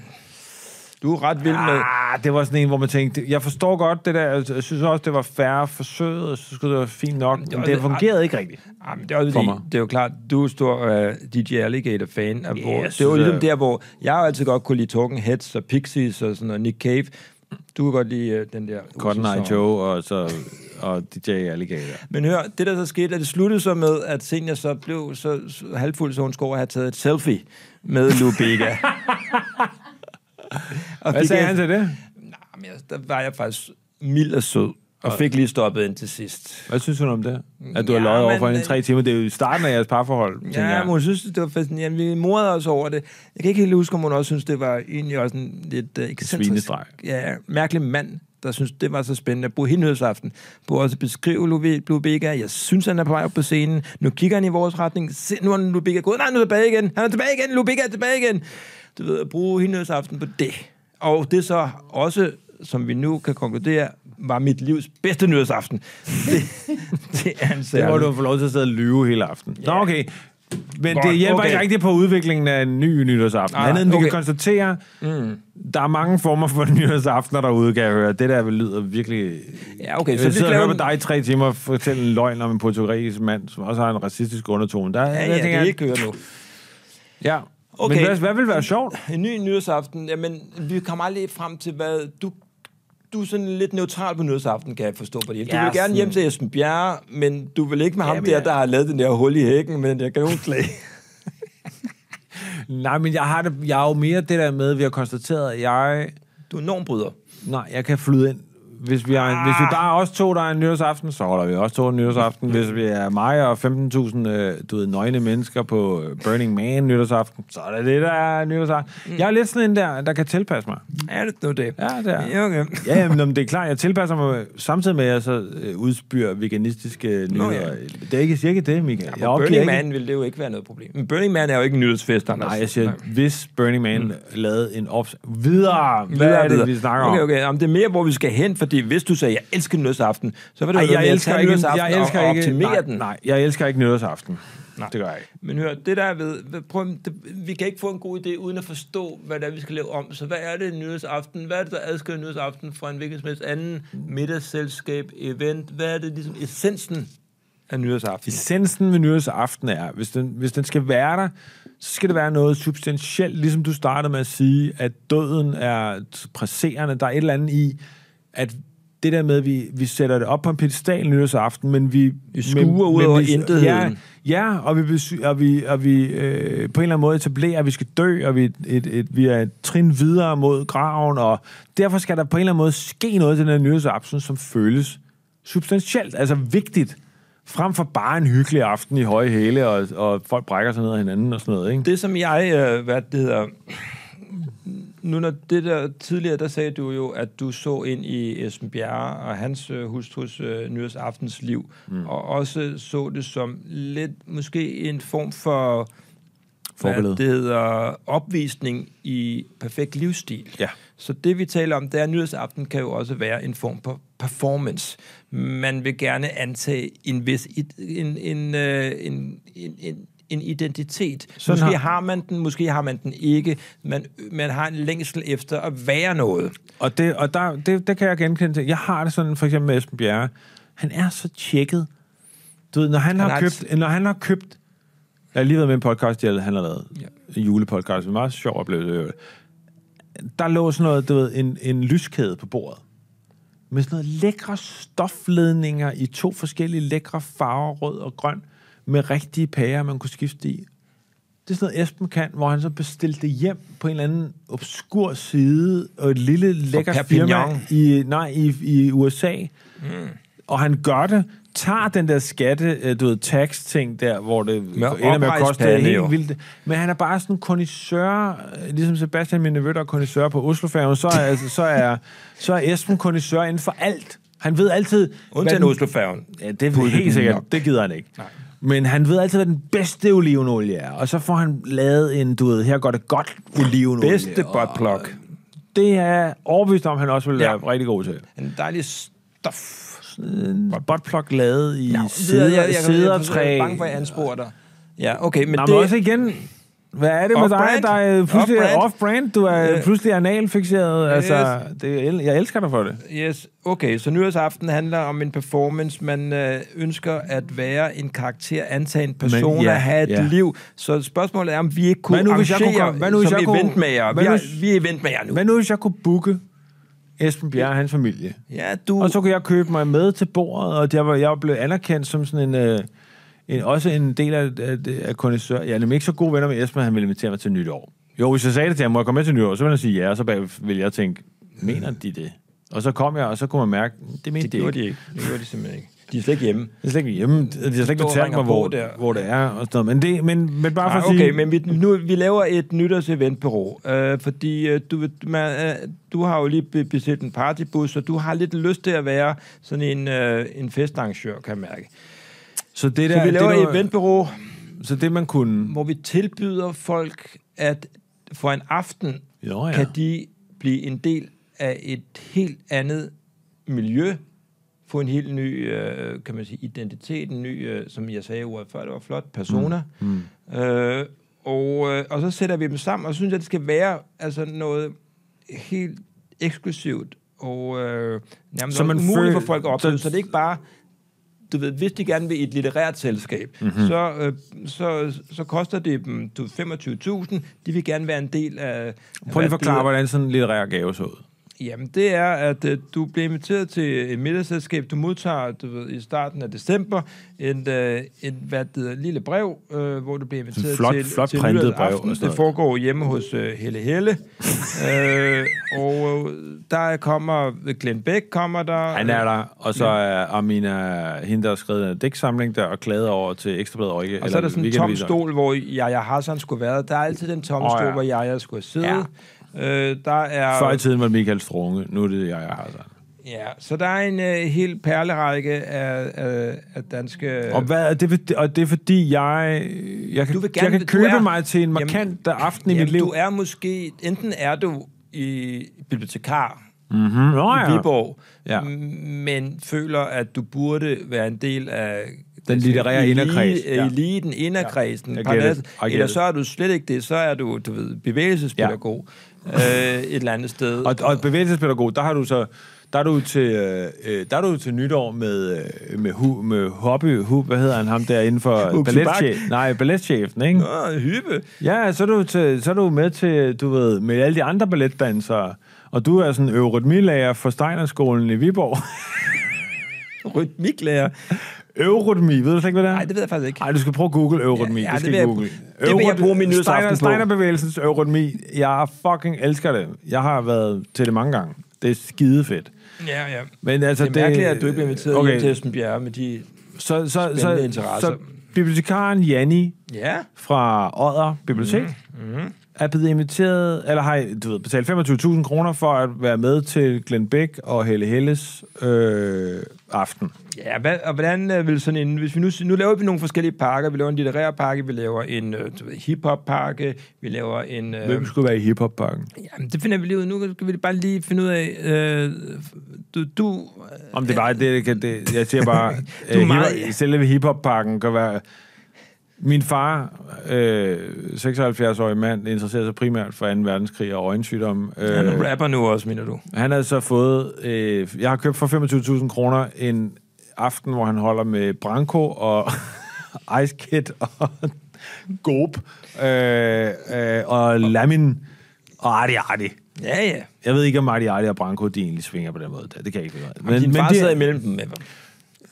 du er ret vild med.
Ah, det var sådan en, hvor man tænkte, jeg forstår godt det der, Altså, jeg synes også, det var færre forsøget, og jeg synes, det var fint nok, men det fungerede ikke rigtigt.
Ah, men det, er også,
For
fordi,
mig.
det er jo klart, du er stor uh, DJ Alligator-fan. og hvor,
Yes,
det var
det er-
ligesom der, hvor jeg har altid godt kunne lide Talking Heads og Pixies og sådan noget, Nick Cave. Du kan godt lide uh, den der...
Cotton Eye
whistle-song.
Joe og, så, og DJ Alligator.
Men hør, det der så skete, at det sluttede så med, at Senior så blev så så halvfuld, så hun skulle over at have taget et selfie med Lou Bega.
*laughs*
og
Hvad
fik
sagde
en-
han til det?
Jamen, jeg- Der var jeg faktisk mild og sød, og fik lige stoppet ind til sidst.
Hvad synes hun om det? At du har
Ja,
løjet over
men- øh,
for hende i tre timer. Det er jo i starten af jeres parforhold, tænker
Ja,
jeg.
men hun synes, det var fascinerende. Vi morede os over det. Jeg kan ikke helt huske, om hun også synes, det var egentlig også en lidt uh, ekscentrisk...
Svinestreg.
Ja, mærkelig mand, der synes, det var så spændende at bruge hindhødsaften på også at beskrive Lube- Lubega. Jeg synes, han er på vej op på scenen. Nu kigger han i vores retning. Se, nu er Lubega gået. Nej, nu er han tilbage igen. Han er tilbage igen. Lubega er tilbage igen. Du ved, at bruge hindhødsaften på det. Og det er så også, som vi nu kan konkludere, var mit livs bedste nyhedsaften. Det, *laughs* det er en
Det
særlig.
må du få lov til at sidde og lyve hele aftenen. Nå, okay. men
Godt,
det hjælper
okay.
ikke rigtig på udviklingen af en ny nytårsaften.
Ah,
Ah, Andet, end okay. vi
okay.
kan konstatere, mm. der er mange former for *laughs* nytårsaftener derude, kan jeg høre. Det der vel lyder virkelig...
Ja, okay,
Jeg
så
så
vi
sidder og
laver
hører på
den-
dig i tre timer og fortælle en løgn om en portugisisk mand, som også har en racistisk undertone. Der,
Ja,
der
ja, det
tænker
er
jeg-
ikke kører nu.
Ja. Okay. Men
Okay.
hvad, hvad vil være sjovt?
En ny nyhedsaften, jamen, vi kommer aldrig frem til, hvad du... Du er sådan lidt neutral på nyhedsaften, kan jeg forstå på det. Du
Ja,
vil gerne hjem
sådan-
til Esben Bjerre, men du vil ikke med ham
Jamen,
der,
ja.
der har lavet den der hul i hækken med den der kanonslag.
Nej, men jeg har det, jeg er jo mere det der med, vi har konstateret, at jeg...
du er normbryder.
Nej, jeg kan flyde ind. Hvis vi, er, ah. hvis vi bare er os to, der er en nytårsaften, så holder vi også to en nytårsaften. Hvis vi er mig og 15.000, øh, du ved, nøgne mennesker på øh, Burning Man nytårsaften, så er det det, der er nytårsaften.
Mm.
Jeg er lidt sådan en der, der kan tilpasse mig.
Er det nu det?
Ja, det er.
Ja, okay.
Ja, jamen, jamen, det er klart. Jeg tilpasser mig samtidig med, at jeg så øh, udspyr veganistiske nyheder.
ja.
Det er ikke cirka det, Michael.
Ja, på
opgiver
Burning
ikke.
Man ville det jo ikke være noget problem. Men Burning Man er jo ikke en nyhedsfest, Anders.
Nej, jeg siger, hvis Burning Man mm. lavede en ops... Videre! Hvad
Hvad
er det, vi snakker om?
okay, okay. Jamen, det er mere, hvor vi skal hen, fordi hvis du sagde, jeg elsker nyhedsaften, så var det jo
Ej,
noget
jeg
med
elsker
at tage
ikke,
nyhedsaften
jeg elsker
og, og
ikke,
optimere
nej,
den.
Nej, jeg elsker ikke nytårsaften. Nej.
Nej.
Det gør jeg ikke.
Men hør, det der er ved, ved- prøv, det, vi kan ikke få en god idé uden at forstå, hvad det er, vi skal lave om. Så hvad er det en nyhedsaften? Hvad er det, der adskiller en nyhedsaften fra en hvilken som helst anden middagsselskab, event? Hvad er det ligesom essensen af nyhedsaften?
Essensen ved nytårsaften er, hvis den, hvis den skal være der, så skal det være noget substantielt, ligesom du startede med at sige, at døden er t- presserende. Der er et eller andet i, at det der med, at vi, vi sætter det op på en pedestal nytårsaften, men vi...
Vi skuer ud
vi-
over
Ja,
intetheden.
ja, og vi, besy- og vi, og vi øh, på en eller anden måde etablerer, at vi skal dø, og vi, et, et, et, vi er et trin videre mod graven, og derfor skal der på en eller anden måde ske noget til den her nyhedsaften, som føles substantielt, altså vigtigt, frem for bare en hyggelig aften i høje hæle, og, og folk brækker sig ned af hinanden og sådan noget, ikke?
Det, som jeg, øh, hvad det hedder... Nu når det der tidligere, der sagde du jo, at du så ind i Esben Bjerre og hans øh, hustrus øh, nyhedsaftens liv, mm. og også så det som lidt måske en form for
Forbillede.
hvad det hedder opvisning i perfekt livsstil.
Ja.
Så det vi taler om, det er, at nyhedsaften kan jo også være en form for performance. Man vil gerne antage en vis id- en, en, øh, en, en, en, en identitet.
Sådan
Sådan måske
har-
har... har man den, måske har man den ikke. Man, man har en længsel efter at være noget.
Og, det, og der, det, det kan jeg genkende til. Jeg har det sådan, for eksempel med Esben Bjerre. Han er så tjekket. Du ved, når han, han
Han
har
har
købt... Når han har købt... Jeg har lige været med i en podcast, jeg- han har lavet. Ja. En julepodcast. Det var meget sjov oplevelse. i øvrigt. Der lå sådan noget, du ved, en, en lyskæde på bordet. Med sådan noget lækre stofledninger i to forskellige lækre farver, rød og grøn, med rigtige pærer, man kunne skifte i. Det er sådan noget, Esben kan, hvor han så bestilte det hjem på en eller anden obskur side, og et lille lækker firma
Perpignan.
i, nej, i, i USA. Mm. Og han gør det, tager den der skatte, øh, du ved, tax-ting der, hvor det ender med at koste
oprejspande, jo.
helt vildt. Men han er bare sådan en kondisør, øh, ligesom Sebastian Minnevødt er kondisør på Oslofærgen, så er, så er, så er Esben kondisør inden for alt. Han ved altid... hvad
Undtagen
den-
Oslofærgen.
Ja, det er helt sikkert. Nok. Det gider han ikke. Nej. Men han ved altid, hvad den bedste olivenolie er. Og så får han lavet en, du ved, her går det godt olivenolie.
Bedste
Og
buttplug.
Det er overbevist om, han også vil være
Ja.
rigtig god til.
En dejlig stof.
En buttplug lavet i ja,
Jeg-
sæder,
jeg- jeg- jeg- Jeg
sædertræ.
er bange for, at jeg ansporer dig. Ja, okay, men
Nå, men
det...
også igen, hvad er det med dig,
Off-brand.
der er pludselig
Off-brand.
off-brand? Du er
Ja.
pludselig analfixeret. Altså,
Yes.
det, er- jeg elsker dig for det.
Yes, okay, så nyårsaften handler om en performance. Man øh, ønsker at være en karakter, antage en person,
ja,
ja, at have et
ja.
ja. liv. Så spørgsmålet er, om vi ikke kunne
Hvad nu, hvis jeg
arrangere
kunne komme- hvad nu, hvis
som
jeg kunne-
eventmager.
hvad
Vi,
nu,
er,
hvis-
vi er eventmager nu.
Hvad nu, hvis jeg kunne booke Esben Bjerre og hans familie?
Ja, du...
Og så kunne jeg købe mig med til bordet, og jeg var, jeg var blevet anerkendt som sådan en, øh, en også en del af, af, af kondisør. Jeg er nemlig ikke så gode venner med Esben, at han ville invitere mig til nytår. Jo, hvis jeg sagde det til ham, må jeg komme med til nytår, så ville han sige ja, og så bag ville jeg tænke, mener de det? Og så kom jeg, og så kunne man mærke, det mente
det
det de
gjorde
ikke.
de ikke. Det gjorde de simpelthen ikke. De er slet ikke hjemme.
Det er slet ikke hjemme. De har slet ikke
Står og
fortalt
ringer
mig, hvor,
på der.
hvor det er. Og sådan noget. Men, det, men, men bare for
Nej,
at sige...
okay, men vi, nu, vi laver et nytårseventbureau, øh, fordi øh, du, ved- man, øh, du har jo lige be- bestilt en partybus, så du har lidt lyst til at være sådan en, øh, en festarrangør, kan jeg mærke.
så, det der,
Så vi laver
det,
et
der,
eventbureau,
så det, man kunne...
hvor vi tilbyder folk, at for en aften
Jo, ja.
kan de blive en del af et helt andet miljø, få en helt ny, øh, kan man sige, identitet, en ny, øh, som jeg sagde ordet før, det var flot, persona. Mm. Mm. Øh, og, øh, og så sætter vi dem sammen, og synes, at det skal være altså noget helt eksklusivt, og øh, nærmest
Så
så
man
man umuligt
føler-
for folk at opleve,
den-
så det er ikke bare du ved, hvis de gerne vil et litterært selskab,
Mhm.
mm-hmm. så, øh, så, så koster det dem du, 25.000. De vil gerne være en del af...
Prøv lige
af-
at forklare, hvordan sådan en litterær gave så ud.
Jamen, det er, at øh, du bliver inviteret til et middagsselskab. Du modtager, du ved, i starten af december, en, øh, en hvad det hedder, lille brev, øh, hvor du bliver inviteret
flot-
til,
flot
til
printet brev og
Aften.
sådan noget.
Det foregår hjemme hos øh, Helle
*laughs*
Helle. øh, og øh, der kommer, Glenn Beck kommer der.
Han er der, og så er Amina, hende, der har skrevet en digtsamling der, og klager over til Ekstrabladet Rikke.
Og så er der sådan en tom stol, hvor Jaja Hassan skulle være der. Der er altid den tomme
Åh,
oh,
ja.
stol, hvor Jaja skulle sidde. Ja. Øh, der er...
Før i tiden var det Michael Strunge, nu er det jeg, jeg har sagt.
Ja, så der er en øh, helt perlerække af, af, af danske...
Og, hvad, er det, for- og det er fordi, jeg, jeg kan,
Du vil
jeg
gerne-
kan
du
købe
er-
mig til en
Jamen-
markant jamen, aften i
Jamen,
mit liv.
du er måske... Enten er du i bibliotekar
mm-hmm. Nå,
oh, ja. i Viborg,
Ja.
ja. men føler, at du burde være en del af...
Den litterære
elite-
inderkreds, ja.
Eliten, øh, inderkredsen.
Jeg
Ja.
gætter det.
Parnas,
Jeg gætter
eller
det.
så er du slet ikke det. Så er du, du ved, bevægelsespædagog ja. øh, et eller andet sted.
Og, og bevægelsespædagog, der har du så der er du til øh, øh, der er du til nytår med øh, med hu, med hobby hu, hvad hedder han ham der inden for
Huxi Bak.
balletchef. Nej, balletchefen, ikke?
Nå, hyppe.
Ja, så er du til, så er du med til du ved med alle de andre balletdansere. Og du er sådan øvrytmilærer for Steinerskolen i Viborg. *laughs*
Rytmiklærer.
øvrytmi, ved du slet ikke, hvad det er?
Nej, det ved jeg faktisk ikke.
Nej, du skal prøve at google øvrytmi.
Ja, ja,
det
det
skal
vil
I
jeg-
google.
det vil jeg bruge min nytårsaften
Steiner,
på.
Steinerbevægelsens øvrytmi. Jeg fucking elsker det. Jeg har været til det mange gange. Det er skide fedt.
Ja, ja.
Men altså,
det er mærkeligt, at du ikke bliver inviteret okay. hjem til Esben Bjerre med de...
så, så, så,
Spændende
så,
interesser.
så bibliotekaren Janni
Ja,
fra Odder Bibliotek mm. er blevet inviteret, eller har du ved, betalt 25.000 kroner for at være med til Glenn Beck og Helle Helles øh, aften.
ja hvad, og hvordan øh, vil sådan en... Hvis vi nu, nu laver vi nogle forskellige pakker. Vi laver en litterær pakke, vi laver en øh, du ved, hip-hop-pakke, vi laver en... Øh,
Hvem skulle være i hiphop-pakken?
jamen, det finder vi lige ud af. Nu kan vi bare lige finde ud af... Øh, du, du, øh,
Om det var det, det, det jeg siger
*laughs*
bare,
er
øh,
meget-
hip, selve hiphop-pakken kan være... Min far, øh, 76-årig mand, interesserede sig primært for 2. verdenskrig og øjensygdomme. Øh,
han er rapper nu også, mener du?
Han havde så fået... Øh, jeg har købt for 25.000 kroner en aften, hvor han holder med Branko og *laughs* Ice Kid og *laughs* Goop øh, øh, og Lamin og Arti Arti.
Ja, ja.
Jeg ved ikke, om Arti Arti og Branko, de egentlig svinger på den måde. Det kan jeg ikke finde ud af.
Men, Din far
det-
sidder imellem dem, Evan.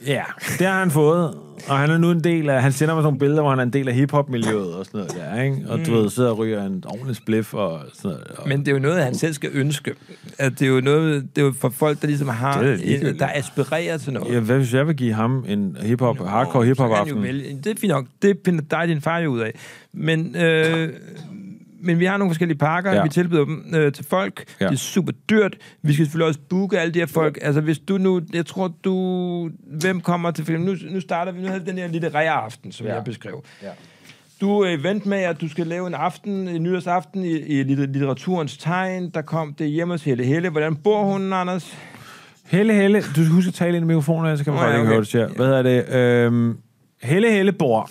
Ja, det har han fået. Og han er nu en del af... Han sender mig sådan nogle billeder, hvor han er en del af hiphop-miljøet og sådan noget der, ikke? Og
Mm.
du ved, sidder og ryger en ordentlig spliff og sådan noget. Og
Men det er jo noget, han selv skal ønske. At det er jo noget, det er jo for folk, der ligesom har,
Det er da ligegyldigt.
der aspirerer til noget.
Ja, hvad hvis jeg vil give ham en hiphop, hardcore
Så kan
hiphop
han
aften?
jo vælge. Det er fint nok. Det finder dig og din far jo ud af. Men, øh, men vi har nogle forskellige pakker,
Ja.
ja. vi tilbyder dem øh, til folk.
Ja.
Ja. Det er super dyrt. Vi skal selvfølgelig også booke alle de her folk. Altså hvis du nu, jeg tror du, hvem kommer til film? Nu, nu starter vi, nu havde vi den her litterære aften, som
Ja.
ja. jeg beskrev.
Ja.
Du er event med, at du skal lave en aften, en nyårsaften i, i litter- litteraturens tegn. Der kom det hjemme hos Helle Helle. Hvordan bor hun, Anders?
Helle Helle, du skal huske at tale ind i mikrofonen, ellers kan man
Nå,
faktisk
ja,
ikke
okay.
høre det til jer. Hvad er det? Øhm, Helle Helle bor.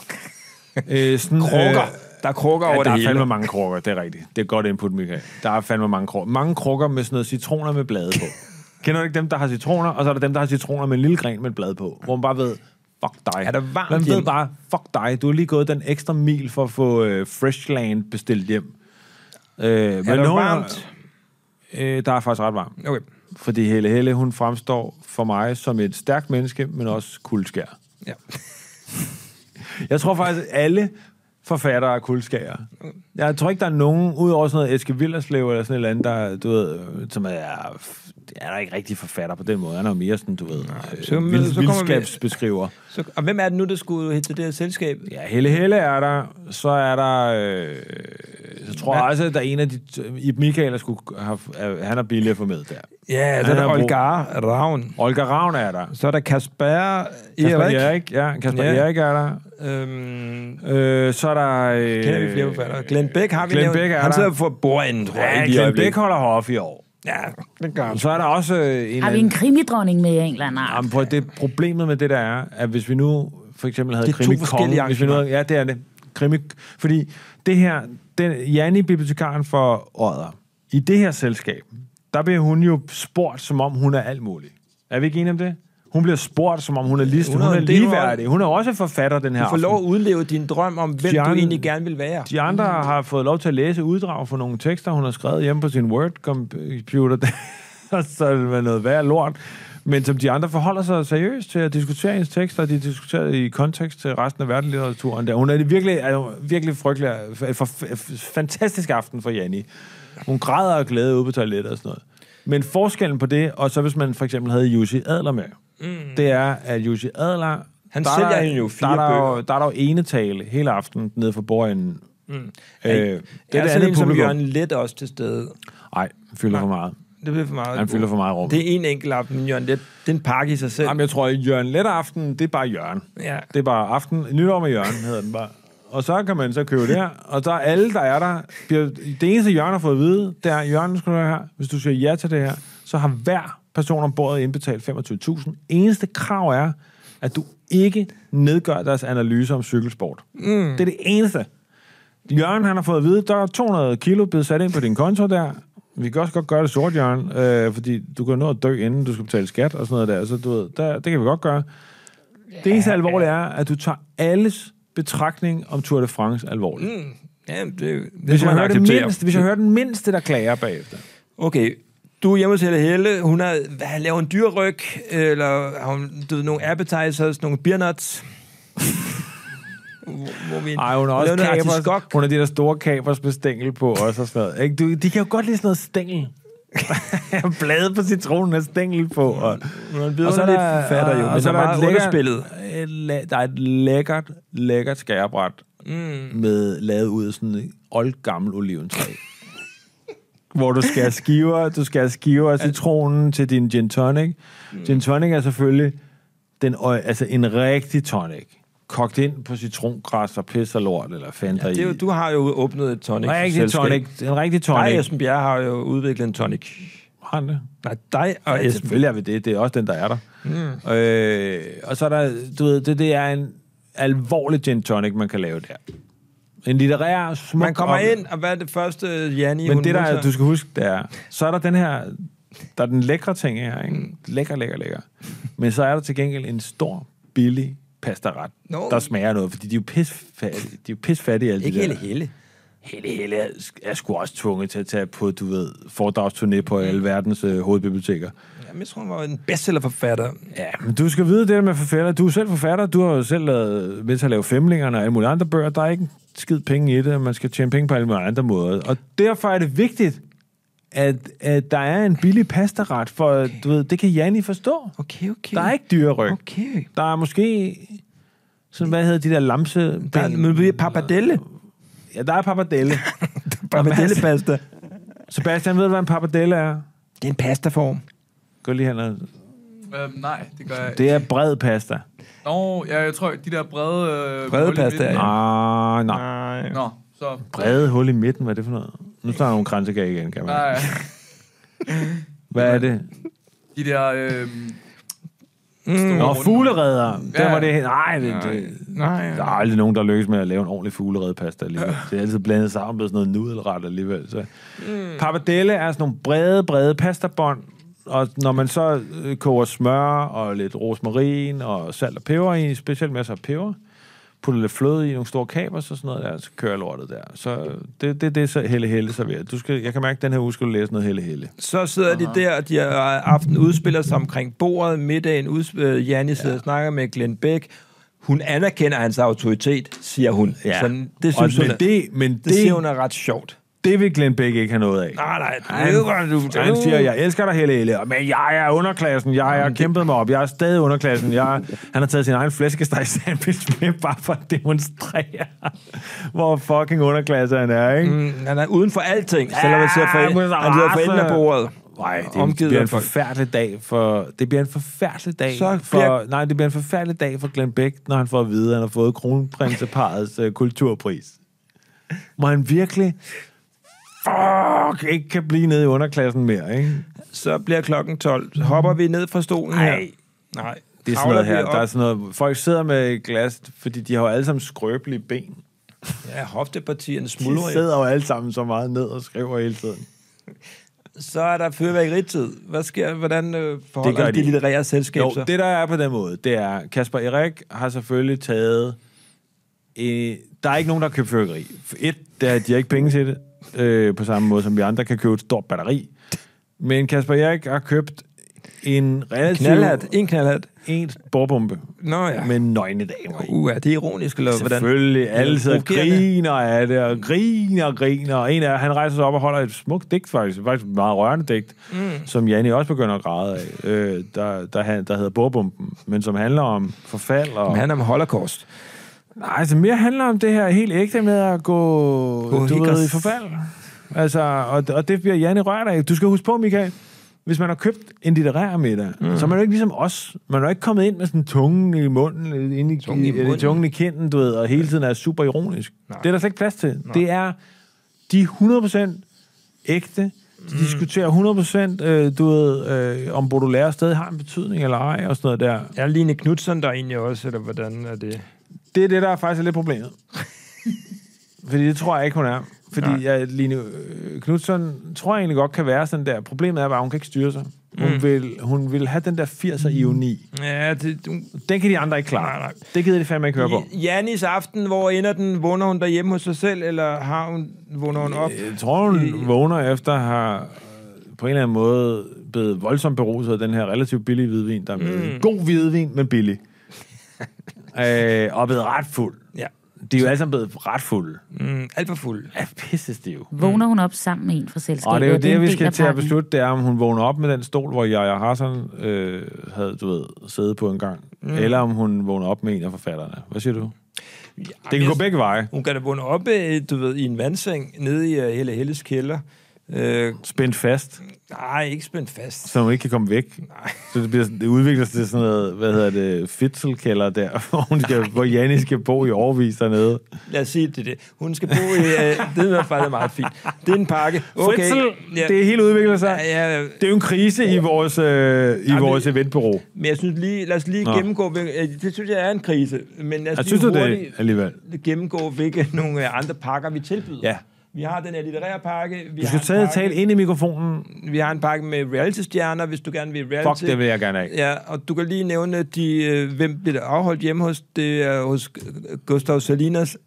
øh, sådan,
Krukker.
Øh,
der er krukker
Ja,
over
der
det
er
hele.
fandme mange krukker, det er rigtigt. Det er et godt input, Michael. Der er fandme mange krukker. Mange krukker med sådan noget citroner med blade
*laughs*
på. Kender du ikke dem, der har citroner, og så er der dem, der har citroner med en lille gren med et blad på, hvor man bare ved, fuck dig.
Er der varmt
man ved
hjemme?
bare, fuck dig, du har lige gået den ekstra mil for at få øh, Freshland bestilt hjem. Øh, er
Er det varmt?
Øh, der er faktisk ret varmt.
Okay.
Fordi Helle Helle, hun fremstår for mig som et stærkt menneske, men også kuldskær.
Ja.
Jeg tror faktisk, at alle forfattere er kuldskærer. Jeg tror ikke, der er nogen, udover sådan noget Eske Villerslev eller sådan et eller andet, der, du ved, øh, som er, det er der ikke rigtig forfatter på den måde. Han er jo mere sådan, du ved,
så-
øh,
så
vild,
kommer vi-
vildskabsbeskriver.
Så, og hvem er det nu, der skulle hen til det her selskab?
Ja, Helle Helle er der. Så er der... Øh, så tror jeg
Hvad?
også, at der er en af de... Ib Michael er, skulle have, er- han er billig at få med der.
Ja, så
Han
er der
har brug-
Olgar Ravn.
Olga Ravn er der.
Så er der Kasper
Kasper
Erik.
Erik, ja, Kasper
Ja.
Erik er der.
Øhm,
Øh, så er der... Øh,
kender vi flere forfattere? Glenn Beck har vi
Glenn
nævnt.
Beck er
Han
der.
sidder for bordenden, tror jeg.
Ja,
lige i
Glenn
øjeblikket.
Beck holder hof i år.
Ja, det gør
Og så er der også øh, en eller
Har vi
anden-
en krimidronning med i England? Nej.
Jamen, prøv, at- det problemet med det der er, at hvis vi nu for eksempel havde
Det er to
krimi
forskellige
kongen, hvis vi nu havde, ja, det er det. Krimi, fordi det her, den, Janni, bibliotekaren for Odder, i det her selskab, der bliver hun jo spurgt, som om hun er alt muligt. Er vi ikke enige om det? Hun bliver spurgt, som om hun er, list, hun
Hun
er,
er
hun er
en del af-
ligeværdig. Hun er også forfatter den her
Du får lov
aften.
at udleve din drøm om, hvem
Stjerne-
du egentlig gerne vil være.
De andre
Mm.
har fået lov til at læse uddrag fra nogle tekster, hun har skrevet hjemme på sin Word-computer. *laughs* Og så er det været noget værd lort. Men som de andre forholder sig seriøst til at diskutere hendes tekster, og de diskuterer i kontekst til resten af verdenslitteraturen. Der. Hun er det virkelig, er virkelig frygtelig, for, for, for, fantastisk aften for Janni. Hun græder og glæder ude på toilettet og sådan noget. Men forskellen på det, og så hvis man for eksempel havde Jussi Adler med, mm. det er, at Jussi Adler...
Han
der er
sælger
der-
hende jo fire
der er der
bøger.
jo, der er der jo enetale hele aftenen nede for bordenden. Mm. Øh,
Ej, Det
det er
er,
det
er sådan
andet
en som Jørgen
publikum.
Let også til stede.
Nej, fylder for meget.
Det bliver for meget.
Han fylder for meget rum.
Det er en enkelt aften, Jørgen Let. Det er en pakke i sig selv.
Jamen, jeg tror, at Jørgen Let aften, det er bare Jørgen.
Ja.
Det er bare aften. Nytår med Jørgen hedder den bare. Og så kan man så købe der, og så er alle, der er der, bliver, det eneste, Jørgen har fået at vide, det er, Jørgen, skal du høre her, hvis du siger ja til det her, så har hver person om bordet indbetalt 25.000. Eneste krav er, at du ikke nedgør deres analyse om cykelsport. Mm. Det er det eneste. Jørgen, han har fået at vide, der er 200 kilo blevet sat ind på din konto der. Vi kan også godt gøre det sort, Jørgen, øh, fordi du kan nå at dø, inden du skal betale skat og sådan noget der. Så du ved, der, det kan vi godt gøre. Det eneste alvorlige er, at du tager alles betragtning om Tour de France alvorligt. Mm,
Jamen, det, det
hvis,
må
jeg
man
hører det
acceptere.
mindste, hvis jeg hører den mindste, der klager bagefter.
Okay, du er hjemme hos Helle Helle. Hun har hvad, lavet en dyrryg, eller har hun du ved, nogle appetizers, nogle birnuts. *laughs* hvor, hvor vi
Ej, hun er også
lavet noget
kapers.
artiskok.
Hun er de der store kapers med stængel på også og sådan noget. Ikke? Du, de kan jo godt lide sådan noget
*laughs*
stængel. Blade på citronen og stængel på. Og,
Hun er en vidunderlig forfatter jo, men der er meget underspillet.
et læ- der er et lækkert, lækkert skærebræt mm. med lavet ud af sådan et oldgammel oliventræ. hvor du skal have skiver, du skal have skiver af citronen til din gin tonic.
Mm.
Gin tonic er selvfølgelig den, ø- altså en rigtig tonic. Kogt ind på citrongræs og pis og lort, eller fanta ja,
Det er jo,
i.
du har jo åbnet et tonic.
En rigtig
selskab.
tonic. En rigtig tonic.
Dig og Esben Bjerre har jo udviklet en tonic.
Har han det?
Nej, dig og
Ja,
Esben.
selvfølgelig er vi det. Det er også den, der er der. Mm. Øh, og så er der, du ved, det, det er en alvorlig gin tonic, man kan lave der. En litterær, smuk...
Man kommer
og-
ind, og hvad er det første, Janni,
Men
hun
det, der er,
modtager?
du skal huske, det er, så er der den her... Der er den lækre ting her, ikke?
Mm.
Lækker, lækker, lækker. Men så er der til gengæld en stor, billig pastaret,
Nå.
der smager noget, fordi de er jo pisfattige. De er jo pisfattige, alle
Ikke
de der.
Helle Helle.
Helle Helle er, er sgu også tvunget til at tage på, du ved, foredragsturné på
Mm.
alle verdens øh, hovedbiblioteker.
Jamen, jeg tror, hun var en bestsellerforfatter.
Ja, men du skal vide det der med forfatter. Du er selv forfatter. Du har jo selv lavet, med til at lave femlingerne og alle mulige andre bøger. Der er ikke en skid penge i det, og man skal tjene penge på alle mulige andre måder. Og derfor er det vigtigt, at, at der er en billig pastaret, for okay. du ved, det kan Janni forstå.
Okay, okay.
Der er ikke dyreryg. Okay.
Okay.
Der er måske, sådan, hvad hedder de der lamse?
Der er, men vi er papadelle.
Ja, der er
*laughs*
pappardelle.
Papadelle-pasta.
Sebastian, ved du, hvad en pappardelle er?
Det er en pastaform.
Gå lige hen og...
Øhm, nej, det gør jeg ikke.
Det er bred pasta.
Nå, ja, jeg tror, de der brede... Øh,
Brede
hul i
pastaer,
midten-
ja.
Ah, nej.
Nej.
Nå, så...
Brede hul i midten, hvad er det for noget? Nu står der nogle kransekage igen, kan man.
Nej,
Hvad er det?
de der... Øh,
Nå, fugleredder. Ja. Der
Ja.
var det... Nej, det, det,
Nej.
der er aldrig nogen, der lykkes med at lave en ordentlig fugleredpasta alligevel. Det er altid blandet sammen med sådan noget nudelret alligevel. Så. Mm. Pappardelle er sådan nogle brede, brede pastabånd. Og når man så øh, koger smør og lidt rosmarin og salt og peber i, specielt masser af peber, putter lidt fløde i, nogle store kaber og sådan noget der, så kører lortet der. Så øh, det, det, det er så Helle Helle serverer. Du skal, jeg kan mærke, at den her uge skal du læse noget Helle Helle.
Så sidder Aha. de der, og de har aften udspiller sig omkring bordet, middagen, uds- øh, Janni sidder ja. og snakker med Glenn Beck. Hun anerkender hans autoritet, siger hun. Sådan, det
og,
synes hun,
men,
er-
det, men det,
det siger hun er ret sjovt.
Det vil Glenn Beck ikke have noget af.
Nej, nej, du
Han,
ved godt, du-
han siger, jeg elsker dig, Helle Helle, men jeg er underklassen, jeg har kæmpet mig op, jeg er stadig underklassen. Jeg, han har taget sin egen flæskesteg sandwich med, bare for at demonstrere, hvor fucking underklasse han er, ikke?
Mm, han er uden for alting, selvom han sidder for, han sidder for enden af bordet.
Nej, det
Omgivet
bliver en
af folk.
forfærdelig dag for... Det bliver en forfærdelig dag
Så
for...
bliver-
Nej, det bliver en forfærdelig dag for Glenn Beck, når han får at vide, at han har fået kronprinseparets øh, kulturpris. Må han virkelig fuck, ikke kan blive nede i underklassen mere, ikke?
Så bliver klokken 12. Så hopper vi ned fra stolen her.
Ej.
Nej.
Det er sådan noget her. Der er sådan noget, folk sidder med et glas, fordi de har jo alle sammen skrøbelige ben.
Ja, hoftepartierne
De
smuldrer. jo.
sidder jo alle sammen så meget ned og skriver hele tiden.
Så er der fyrværkeritid. Hvad sker, hvordan øh, forholder
gør
det de,
de.
de litterære selskab
Jo,
sig?
det der er på den måde, det er, Kasper Erik har selvfølgelig taget... Øh, der er ikke nogen, der har købt fyrværkeri. For Et, det er, de har ikke penge til det, øh, på samme måde som vi andre kan købe et stort batteri. Men Kasper Erik har købt en relativt...
Knaldhat. En knaldhat.
En borbombe.
Nå ja.
Med nøgne damer i.
Uh, det er ironisk, eller hvordan?
Selvfølgelig. Alle sidder og
Provokerende.
griner af det, og griner og griner. Og en af han rejser sig op og holder et smukt digt, faktisk. Faktisk et meget rørende digt, mm. som Janni også begynder at græde af. Øh, der, der, han- der hedder Borbomben, men som handler om forfald. Og...
Men Han er om holocaust.
Nej, altså mere handler om det her helt ægte med at gå,
Gå
du
helt
ved, i
græs.
forfald. Altså, og, og det bliver Janne rørt af. Du skal huske på, Michael, hvis man har købt en litterær middag, mm. så er man jo ikke ligesom os. Man er jo ikke kommet ind med sådan tungen i munden, eller inde i,
Tungen i
eller
munden.
tungen i kinden, du ved, og hele tiden er super ironisk.
Nej.
Det er der slet ikke plads til. Nej. Det er, de er 100% ægte,
Mm.
de diskuterer 100%, øh, du ved, øh, om Baudelaire stadig har en betydning eller ej, og sådan noget der.
Er Line Knudsen der egentlig også, eller hvordan er det?
Det er det, der faktisk er lidt problemet. Fordi det tror jeg ikke, hun er.
Nej.
Fordi jeg, Line øh, Knudsen tror jeg egentlig godt kan være sådan der. Problemet er bare, at hun kan ikke styre sig. Hun, mm. vil, hun vil have den der 80'er ironi.
Ja, det, du,
Den kan de andre ikke klare. Nej, nej. Det gider de fandme ikke høre på.
Janis aften, hvor ender den? Vågner hun derhjemme hos sig selv, eller har hun, vågner hun op?
Jeg tror, hun vågner efter at have øh, på en eller anden måde blevet voldsomt beruset af den her relativt billige hvidvin, der er med. Mm. God hvidvin, men *laughs* billig. øh, og blevet ret fuld.
Ja.
De er jo alle sammen blevet ret fulde.
Mm, alt for fuld.
Ja, pissestive.
Vågner hun op sammen med en fra selskabet?
Og det er jo
en
det, vi
del
skal
af
til at
pakken.
beslutte, det er, om hun vågner op med den stol, hvor Jaja Hassan øh, havde, du ved, siddet på en gang. Mm. Eller om hun vågner op med en af forfatterne. Hvad siger du? Det kan gå begge veje.
Hun kan da vågne op, øh, du ved, i en vandseng, nede i øh, Helle Helles kælder. Øh,
Spændt fast,
nej, ikke spændt fast.
så hun ikke kan komme væk. Nej. Så det, bliver, sådan- det udvikler sig til sådan noget, hvad hedder det, fitselkælder der, *laughs* hvor, hun skal, hvor Janni skal bo i overvis dernede.
Lad os sige det er det. Hun skal bo i... Øh, det er i hvert fald meget fint. Det er en pakke. Okay.
Fritzel,
ja.
det hele udvikler sig.
Ja, ja,
Det er jo en krise i vores, øh, i
men-
vores eventbureau.
men jeg synes lige, lad os lige
Nå.
gennemgå, hvilke- øh, det synes jeg er en krise, men lad os lige
Jeg synes, du, det er
Altså, hurtigt
alligevel.
gennemgå, hvilke *laughs* nogle øh, andre pakker vi tilbyder.
Ja.
Vi har den her litterære pakke. Vi
Du skal
har en
tage
pakke-
tale ind i mikrofonen.
Vi har en pakke med reality-stjerner, hvis du gerne vil reality.
Fuck, det vil jeg gerne af.
Ja, og du kan lige nævne, de, øh, hvem bliver afholdt hjemme hos. Det er hos øh, Gustav Salinas.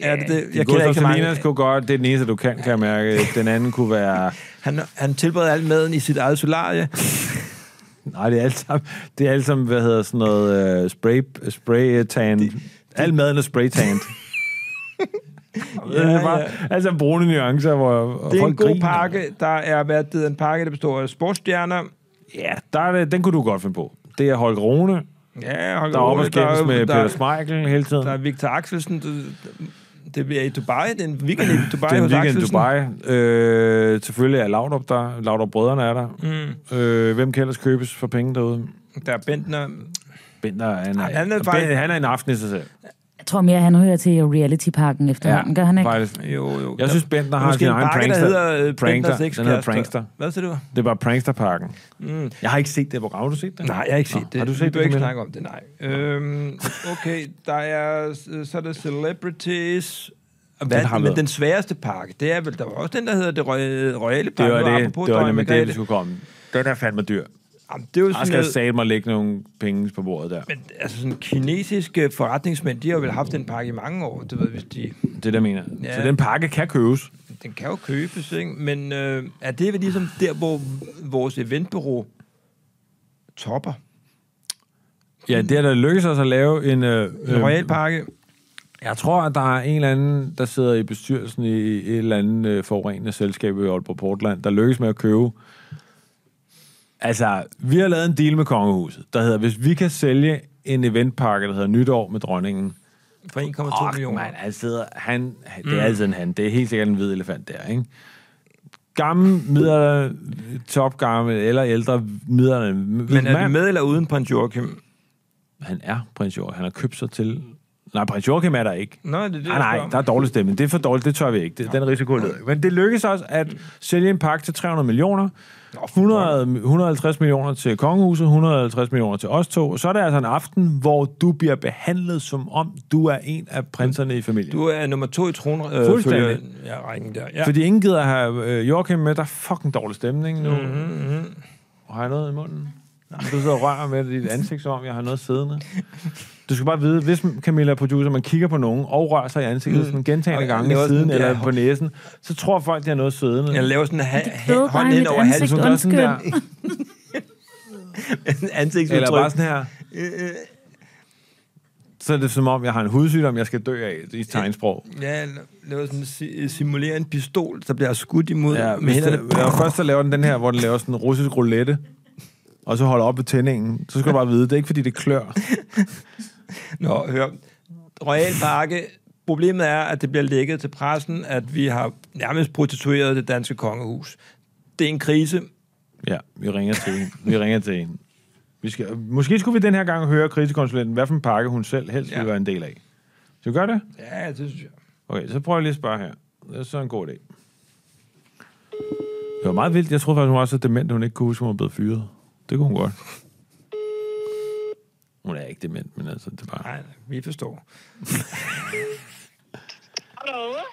Ja, er det det?
Jeg
kender
Gustav
ikke så mange.
Salinas kunne godt, det er den eneste, du kan, kan jeg mærke. Den anden kunne være...
Han, han tilbereder alt maden i sit eget solarie.
*laughs* Nej, det er alt sammen, det er alt sammen hvad hedder sådan noget, uh, spray, spray uh, tan. Al maden er spray tan. *laughs* ja, ja. Altså brune nuancer, hvor hvor
Det er
folk
en god
griner.
pakke. Der er hvad det hedder, en pakke, der består af sportsstjerner.
Ja, der er det, den kunne du godt finde på. Det er Holger Rune, der
Ja, Holger
er oppe og
Rune, der,
skændes med
der,
Peter Smeichel hele tiden.
der er Victor Axelsen. Det, det bliver i Dubai. Det er en weekend i Dubai
Det er en
hos
weekend i
Axelsen.
Dubai. Øh, selvfølgelig er Laudrup der. Laudrup-brødrene er der. Mm. Øh, hvem kan ellers købes for penge derude?
Der er Bentner.
Bender, han, er,
han
han,
er
er
faktisk-
ben, han er en aften i sig selv.
Jeg tror mere, han hører til reality-pakken efterhånden, gør han ikke?
Faktisk.
Jo, jo.
Jeg synes, Bender har
Måske
sin
en
egen
pakke,
prankster.
der hedder øh,
prankster.
Bentners
Den hedder
ekskæreste.
Prankster.
Hvad siger du?
Det var Pranksterparken. Mm. Jeg har ikke set det program. Har du set det?
Nej, jeg har ikke set
Nå,
det.
Har du
Vi
set
bør
det,
ikke
Camilla?
snakke om det, nej. Øhm, okay, der er, øh, så er der celebrities. Hvad,
har
den men
været.
den sværeste pakke, det er vel, der var også den, der hedder det roy- royale
Det
pakke.
var
og
det,
apropos
det, var
Dronning
nemlig det,
Margrethe.
vi skulle komme. Den er fandme dyr.
Jamen, det er jo
Jeg
sådan
skal
noget,
sat mig lægge nogle penge på bordet der.
men, altså sådan kinesiske forretningsmænd, de har vel haft den pakke i mange år, du ved, hvis de,
Det er det, jeg mener.
Ja.
Så den pakke kan købes.
den kan jo købes, ikke? Men øh, er det vel ligesom der, hvor vores eventbureau topper?
Ja, det er da lykkedes os at lave en... Øh,
En royal pakke,
Jeg tror, at der er en eller anden, der sidder i bestyrelsen i et eller andet øh, forurenende selskab i Aalborg Portland, der lykkes med at købe... Altså, vi har lavet en deal med kongehuset, der hedder, hvis vi kan sælge en eventpakke, der hedder Nytår med dronningen.
for 1,2
Åh,
millioner. Mm.
man, han sidder, han, det er altid en han. Det er helt sikkert en hvid elefant der, ikke? Gammel, midler, topgammel eller ældre midler.
Men er det med eller uden prins Joachim?
Han er prins Jorg. Han har købt sig til Nej, prins Joachim er der ikke.
Nå, det er det,
Nej,
jeg spørger
Ah, nej,
om.
der er dårlig stemning. Det er for dårligt, det tør vi ikke. Det, den risiko lød. Men det lykkedes os at
Mm.
sælge en pakke til 300 millioner, 100, 150 millioner til kongehuset, 150 millioner til os to. Så er det altså en aften, hvor du bliver behandlet som om, du er en af prinserne i familien.
Du er nummer to i
Fuldstændig.
tronfølgen. Øh, ja, rækken der. Ja.
Fordi ingen gider have øh, Joachim med. Der er fucking dårlig stemning nu.
Mm.
Mm-hmm,
Mhm,
mm-hmm. Har jeg noget i munden? Nej, du sidder og rører med dit ansigt, som om jeg har noget siddende. Du skal bare vide, hvis Camilla er producer, man kigger på nogen og rører sig i ansigtet mm. sådan gentagende
Og jeg
gange
laver
i siden
sådan, ja.
eller på næsen, så tror folk, de har noget siddende. Altså,
Jeg laver sådan en ha- ha-
døde bare
hånd
i
ind
mit
over
ansigt.
halsen.
gør sådan der,
*laughs* Ansigtsudtryk.
eller bare sådan her. Så er det som om, jeg har en hudsygdom, jeg skal dø af i tegnsprog.
Ja, jeg laver sådan si- simulere en pistol, der bliver skudt imod
Ja,
ja, med
hvis det,
hænderne.
når først så laver den den her, hvor den laver sådan en russisk roulette, og så holder op ved tændingen, så skal du bare vide, det er ikke fordi, det klør.
Nå, hør. Royal Bakke. Problemet er, at det bliver lækket til pressen, at vi har nærmest prostitueret det danske kongehus. Det er en krise.
Ja, vi ringer til hende. Vi ringer til hende. Vi skal, måske skulle vi den her gang høre krisekonsulenten, hvad for en pakke hun selv helst ja.
Ja.
vil være en del af. Skal vi gøre det?
Ja, det synes jeg.
Okay, så prøver jeg lige at spørge her. Det er så en god idé. Det var meget vildt. Jeg troede faktisk, hun var så dement, at hun ikke kunne huske, at hun var blevet fyret. Det kunne hun godt. Hun er ikke dement, men altså, det er bare...
Nej, vi forstår.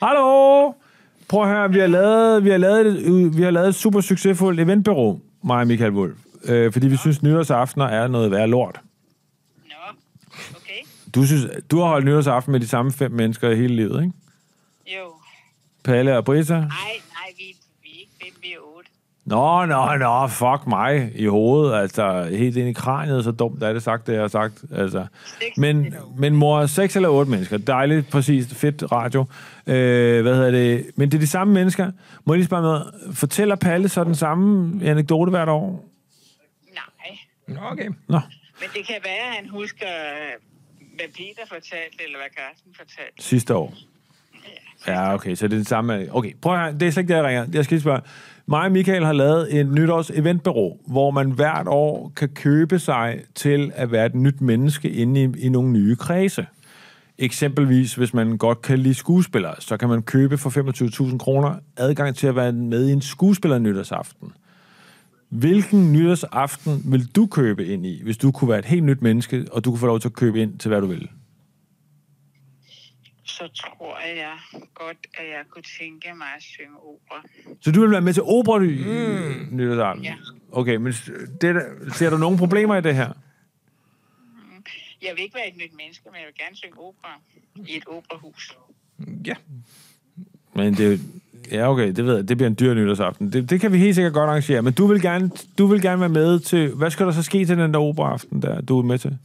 Hallo! Prøv at høre, vi har lavet, vi har lavet, et- vi har lavet et super succesfuldt eventbureau, mig og Michael Wolf. Øh, fordi vi synes, nytårsaftener er noget værd lort.
Nå, okay.
Du, synes, du har holdt nytårsaften med de samme fem mennesker i hele livet, ikke?
Jo.
Palle og Brita.
Nej, nej, vi, vi er ikke fem, vi er otte.
Nå, nå, nå, fuck mig i hovedet. Altså, helt ind i kraniet, så dumt er det sagt, det jeg har sagt. Altså. Men, men mor, seks eller otte mennesker. Dejligt, præcis, fedt radio. Øh, hvad hedder det? Men det er de samme mennesker. Må jeg lige spørge om noget? Fortæller Palle så den samme anekdote hvert år?
Nej,
Nå, okay.
Nå,
men det kan være, at han husker, hvad Peter fortalte, eller hvad Carsten fortalte.
sidste år. Ja, okay, så det er det samme. Okay, prøv at høre, det er slet ikke det, jeg ringer. Jeg skal lige spørge. Mig og Michael har lavet et nytårs eventbureau, hvor man hvert år kan købe sig til at være et nyt menneske inde i, i nogle nye kredse. Eksempelvis, hvis man godt kan lide skuespillere, så kan man købe for 25.000 kroner adgang til at være med i en skuespiller nytårsaften. Hvilken nytårsaften vil du købe ind i, hvis du kunne være et helt nyt menneske, og du kunne få lov til at købe ind til, hvad du vil?
Så tror jeg godt, at jeg kunne tænke mig at synge opera.
Så du vil være med til opera mm. nytårsaften?
Ja.
Okay, men s- det, er der- ser du nogle problemer i det her?
Jeg vil ikke være et nyt menneske, men jeg vil gerne synge opera i et operahus.
Ja.
Men det, er jo- ja, okay, det ved jeg. Det bliver en dyr nytårsaften. Det, det kan vi helt sikkert godt arrangere. Men du vil, gerne, du vil gerne være med til... Hvad skal der så ske til den der operaaften, der du er med til?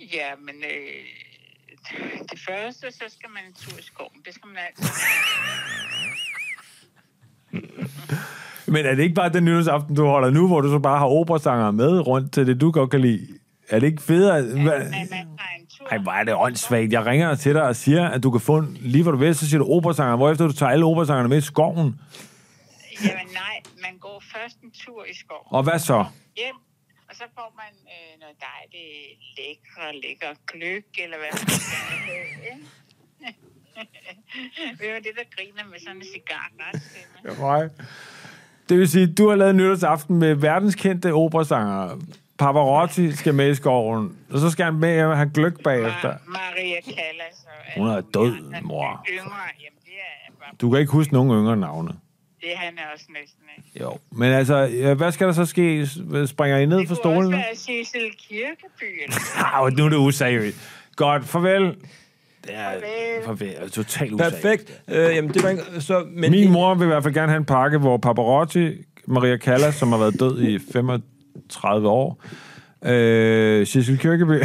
Ja, men øh, det første, så skal man en tur i skoven. Det skal man altid.
Men er det ikke bare den nytårsaften, du holder nu, hvor du så bare har operasanger med rundt til det, du godt kan lide? Er det ikke federe? Hva-
Men man tager en tur.
Ej, hvor er det åndssvagt. Jeg ringer til dig og siger, at du kan få en, lige hvor du vil, så siger du operasanger, hvorefter du tager alle operasangerne med i skoven.
Jamen nej, man går først en tur i skoven.
Og hvad så?
hjem, og så får man øh, noget dejligt lækre, lækker gløk, eller hvad man skal *laughs* Det var det, der griner med sådan en cigar reststemme.
Nej. Det vil sige, du har lavet nytårsaften med verdenskendte operasanger. Pavarotti skal med i skoven, og så skal han med hjem og have gløk bagefter.
Ma- Maria Callas og
Hun
alle
er
mulige
død,
andre
mor.
Yngre, jamen det er bare,
Du kan ikke huske nogen yngre navne.
det er han er også næsten af.
Jo. Men altså, ja, hvad skal der så ske? S- Springer I ned
Det
fra
kunne også
stolen?
være Cecil Kirkeby, eller
Ah, nu er det useriøst. Godt, farvel. Det er,
Farvel.
farvel. Totalt useriøst.
Perfekt. Øh, jamen, det var ikke... Så, men
Min mor vil i hvert fald gerne have en pakke, hvor Paparotti, Maria Callas, som har været død i 35 år, øh, Cecil Kirkeby,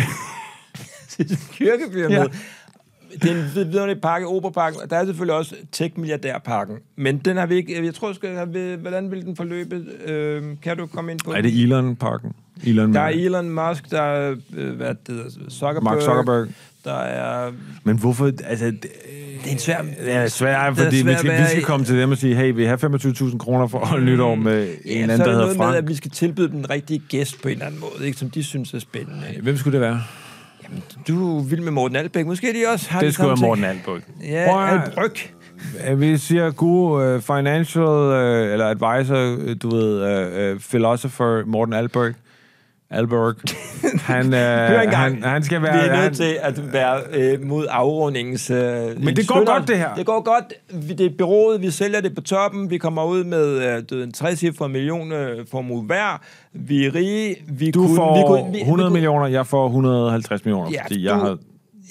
Kirkeby er med.
Ja.
Ja. Det er en vidunderlig pakke, operapakken, og der er selvfølgelig også tech-milliardærpakken. Men den har vi ikke... Jeg tror, skal, hvordan vil den forløbe? Øh, kan du komme ind på
Er det Elon-pakken? Elon
Der er Elon Musk, der er øh, hvad det hedder, Zuckerberg.
Mark Zuckerberg.
Der er...
Men hvorfor... Altså, det,
Det er en svær...
det er svært, fordi
svært
vi,
at
skal,
være
vi skal
i-
komme til dem og sige, hey, vi har 25.000 kroner for at holde nytår med en
Ja,
eller
så
anden,
er
der
det
hedder
noget med,
Frank.
at vi skal tilbyde den rigtige gæst på en eller anden måde, ikke, som de synes er spændende.
Hvem skulle det være?
Ja, Du er vild med Morten Albæk. Måske de også har
Det skulle
samme
være Morten
ting.
Albøk. Prøv
Ja,
at-
Albryg.
Øh, Vi siger gode uh, financial uh, eller advisor, øh, du ved, uh, uh, philosopher Morten Alberg. Alberg.
*laughs*
Han, uh,
Hør
han,
engang.
han, han skal være...
Vi er
han,
nødt til at være øh, mod afrundingens... Øh, Men
det går godt, det her.
Det går godt. Vi- Det er berået. Vi sælger det på toppen. Vi kommer ud med øh, du ved, en 60 million øh, formue hver. Vi er rige. Vi
Du
kunne, vi
får
kunne, vi,
100
vi kunne,
millioner, jeg får 150 millioner,
Ja,
fordi jeg
du-
har...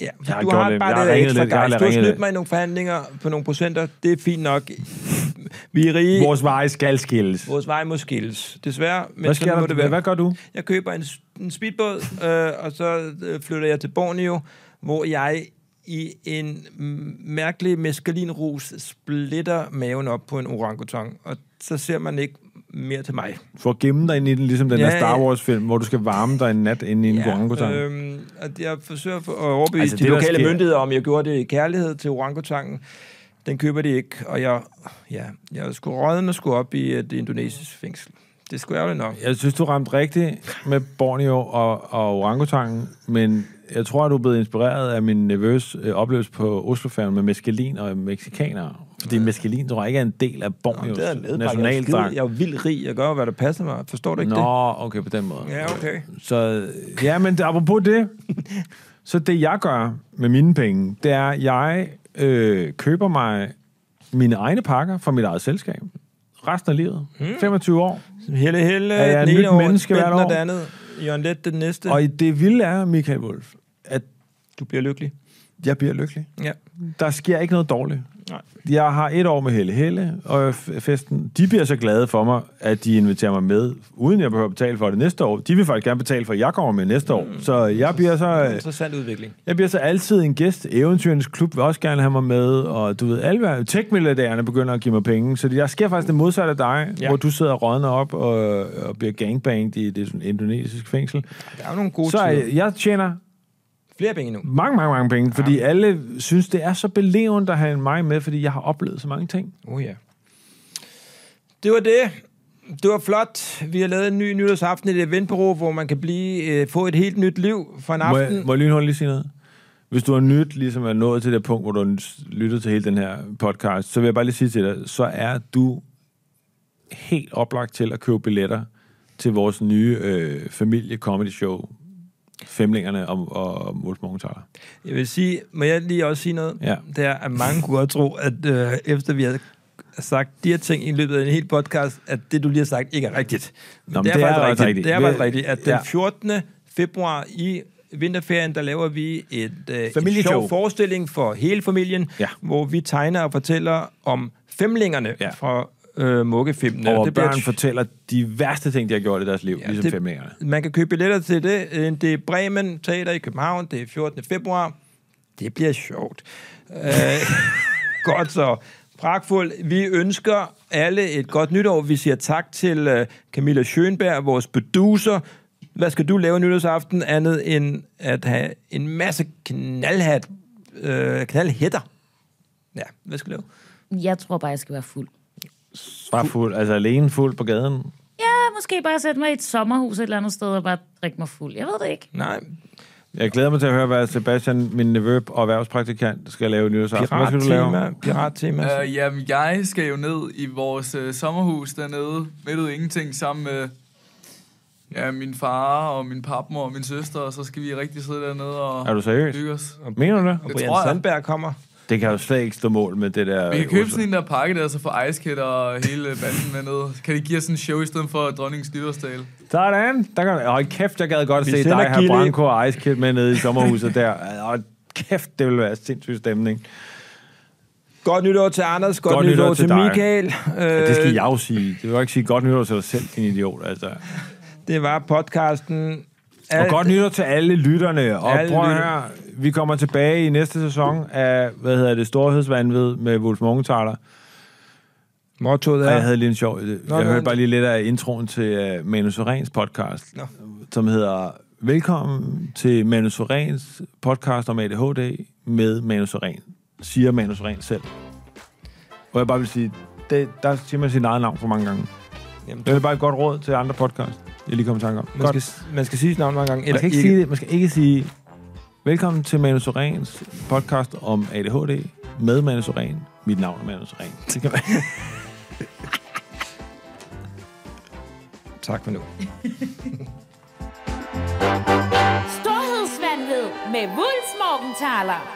Ja,
Jeg har
du
gjort
har
det.
bare
Jeg har
det der
ringet
ekstra
lidt. Jeg har
gejst.
lidt
Du har
ringet lidt.
snydt mig i nogle forhandlinger på nogle procenter. Det er fint nok. Vi er rige. Vores,
Vores veje skal skilles.
Vores vej må skilles. Desværre, men
Hvad,
sådan
sker
må
der?
det være.
Hvad gør du?
Jeg køber en, en speedbåd, øh, og så øh, flytter jeg til Borneo, hvor jeg i en m- mærkelig meskalinrus splitter maven op på en orangutang, og så ser man ikke mere til mig.
For at gemme dig ind i den, ligesom den
Ja,
ja, der Star
ja.
Wars-film, hvor du skal varme dig en nat inde i en orangutang. Øh,
øhm, og jeg forsøger at få- at overbevise
Altså,
altså, de
det, der
lokale
sker-
myndigheder om, at jeg gjorde det i kærlighed til orangutangen. Den køber de ikke, og jeg, ja, jeg skulle rådden og skulle op i et indonesisk fængsel. Det skulle jeg jo nok.
Jeg synes, du ramte rigtigt med Borneo og, og orangutangen, men jeg tror, at du er blevet inspireret af min nervøs øh, oplevelse på Oslofærgen med meskelin og mexikanere. Fordi meskelin, tror jeg, ikke er en del af Borneos
Det er nedbragt. Jeg er jo
nationaldrag.
skide- jeg er jo vildt rig. Jeg gør, jo, hvad der passer mig. Forstår du ikke det?
Nå, okay, på den måde.
Ja, okay.
Så, ja, men det- apropos det, så det jeg gør med mine penge, det er, at jeg øh, køber mig mine egne pakker fra mit eget selskab. Resten af livet. 25 år.
Helle Helle,
Er jeg
den
et nyt
ene år,
menneske hvert
Bent og
år?
det andet. Jørgen Let, den næste. Og
Og det vilde er, Michael Wolf, at
du bliver lykkelig.
jeg bliver lykkelig.
Ja.
Der sker ikke noget dårligt.
Nej.
Jeg har et år med Helle Helle og f- festen. De bliver så glade for mig, at de inviterer mig med, uden jeg behøver at betale for det næste år. De vil faktisk gerne betale for, at jeg kommer med næste år. Så jeg bliver Hmm. så... øh,
Interessant udvikling.
Jeg bliver så altid en gæst. Eventyrens klub vil også gerne have mig med, og du ved, alle tech begynder at give mig penge, så jeg sker faktisk det modsatte af dig, ja.
Ja.
hvor du sidder og rådner op og, og bliver gangbanged i det sådan indonesiske fængsel.
Der er jo nogle gode
Så
tider.
jeg, jeg tjener
Flere penge nu.
mange, mange, mange penge, fordi alle synes, det er så belevende at have mig med, fordi jeg har oplevet så mange ting.
Oh ja. Det var det. Det var flot. Vi har lavet en ny nytårsaften i et eventbureau, hvor man kan blive, øh, få et helt nyt liv for en
Må
aften.
jeg, må jeg lynhurtigt lige sige noget? Hvis du har nyt, ligesom er nået til det punkt, hvor du har lyttet til hele den her podcast, så vil jeg bare lige sige til dig, så er du helt oplagt til at købe billetter til vores nye øh, familie-comedy-show, Femlingerne og, og Wolf Morgenthaler.
Jeg vil sige, må jeg lige også sige noget?
Ja.
Det er, at mange kunne godt tro, at øh, efter vi havde sagt de her ting i løbet af en hel podcast, at det, du lige har sagt, ikke er rigtigt. Men
Nå, men det er
faktisk
også rigtigt.
Det er
Vi-
faktisk rigtigt, at den
ja.
14. februar i vinterferien, der laver vi et, øh, en
Familieshow.
sjov forestilling for hele familien,
Ja.
hvor vi tegner og fortæller om femlingerne
Ja.
fra øh, Mukkefilmene.
Ja, og
Og
hvor børn
et-
fortæller de værste ting, de har gjort i deres liv, ja, ligesom det... Femlingerne.
man kan købe billetter til det. Øh, Det er Bremen Teater i København. Det er 14. februar. Det bliver sjovt. Øh, *laughs* godt så. Pragtfuldt. Vi ønsker alle et godt nytår. Vi siger tak til øh, Camilla Schönberg, vores producer. Hvad skal du lave nytårsaften andet end at have en masse knaldhat, øh, knaldhætter? Ja, hvad skal du lave?
Jeg tror bare, jeg skal være fuld.
Bare fuld, altså alene fuld på gaden.
Ja, måske bare sætte mig i et sommerhus et eller andet sted og bare drikke mig fuld. Jeg ved det ikke.
Nej,
Jeg glæder mig til at høre, hvad Sebastian, min nevø og erhvervspraktikant, skal lave i nytårsaften. Hvad skal du lave?
pirattema. Pirattema.
Uh, jamen, jeg skal jo ned i vores uh, sommerhus dernede, midt ud i ingenting, sammen med ja, min far og min papmor og min søster, og så skal vi rigtig sidde dernede og
Er du seriøs?
hygge os.
Mener du det?
Og
det
Brian
tror jeg.
Sandberg kommer.
Det kan jo slet ikke stå mål med det der...
Vi kan købe sådan en der pakke der, så får Ice Kid og hele banden med ned. Så Kan de give os en show i stedet for dronningens nytårsdale?
Sådan. Der kan, hold kæft, jeg gad godt
Vi
se dig
sender
have
Gilly.
Branko og Ice Kid med nede i sommerhuset der. Og kæft, det ville være sindssyg stemning.
Godt nytår til Anders, godt,
Godt
godt
nytår
nytår,
til
til,
dig.
Michael.
Ja,
Øh,
det skal jeg jo sige. Det vil jo ikke sige godt nytår til dig selv, din idiot. Altså. Og
Det var podcasten. Al-
godt nytår til alle lytterne. Og
Alle
prøv at
lytter-
høre, vi kommer tilbage i næste sæson af, hvad hedder det, Storhedsvandved med Wolf Morgenthaler.
Mottoet
Og jeg
er...
havde lige en sjov... Jeg
nå,
hørte
nå.
bare lige lidt af introen til uh, Manu Sorens podcast,
Nå.
som hedder Velkommen til Manu Sorens podcast om ADHD med Manu Soren, siger Manu Soren selv. Og jeg bare vil sige, det, der siger man sit eget navn for mange gange.
Jamen,
Det er bare et godt råd til andre podcast, jeg lige kom i tanke om.
man,
Godt.
skal, man skal sige sit navn mange gange.
Man
eller
skal, ikke sige det, man skal ikke sige Velkommen til Manu Sorens podcast om ADHD med Manu Soren. Mit navn er Manu Soren. Det kan man...
Tak for nu.
Storhedsvandved med Wulf Morgenthaler.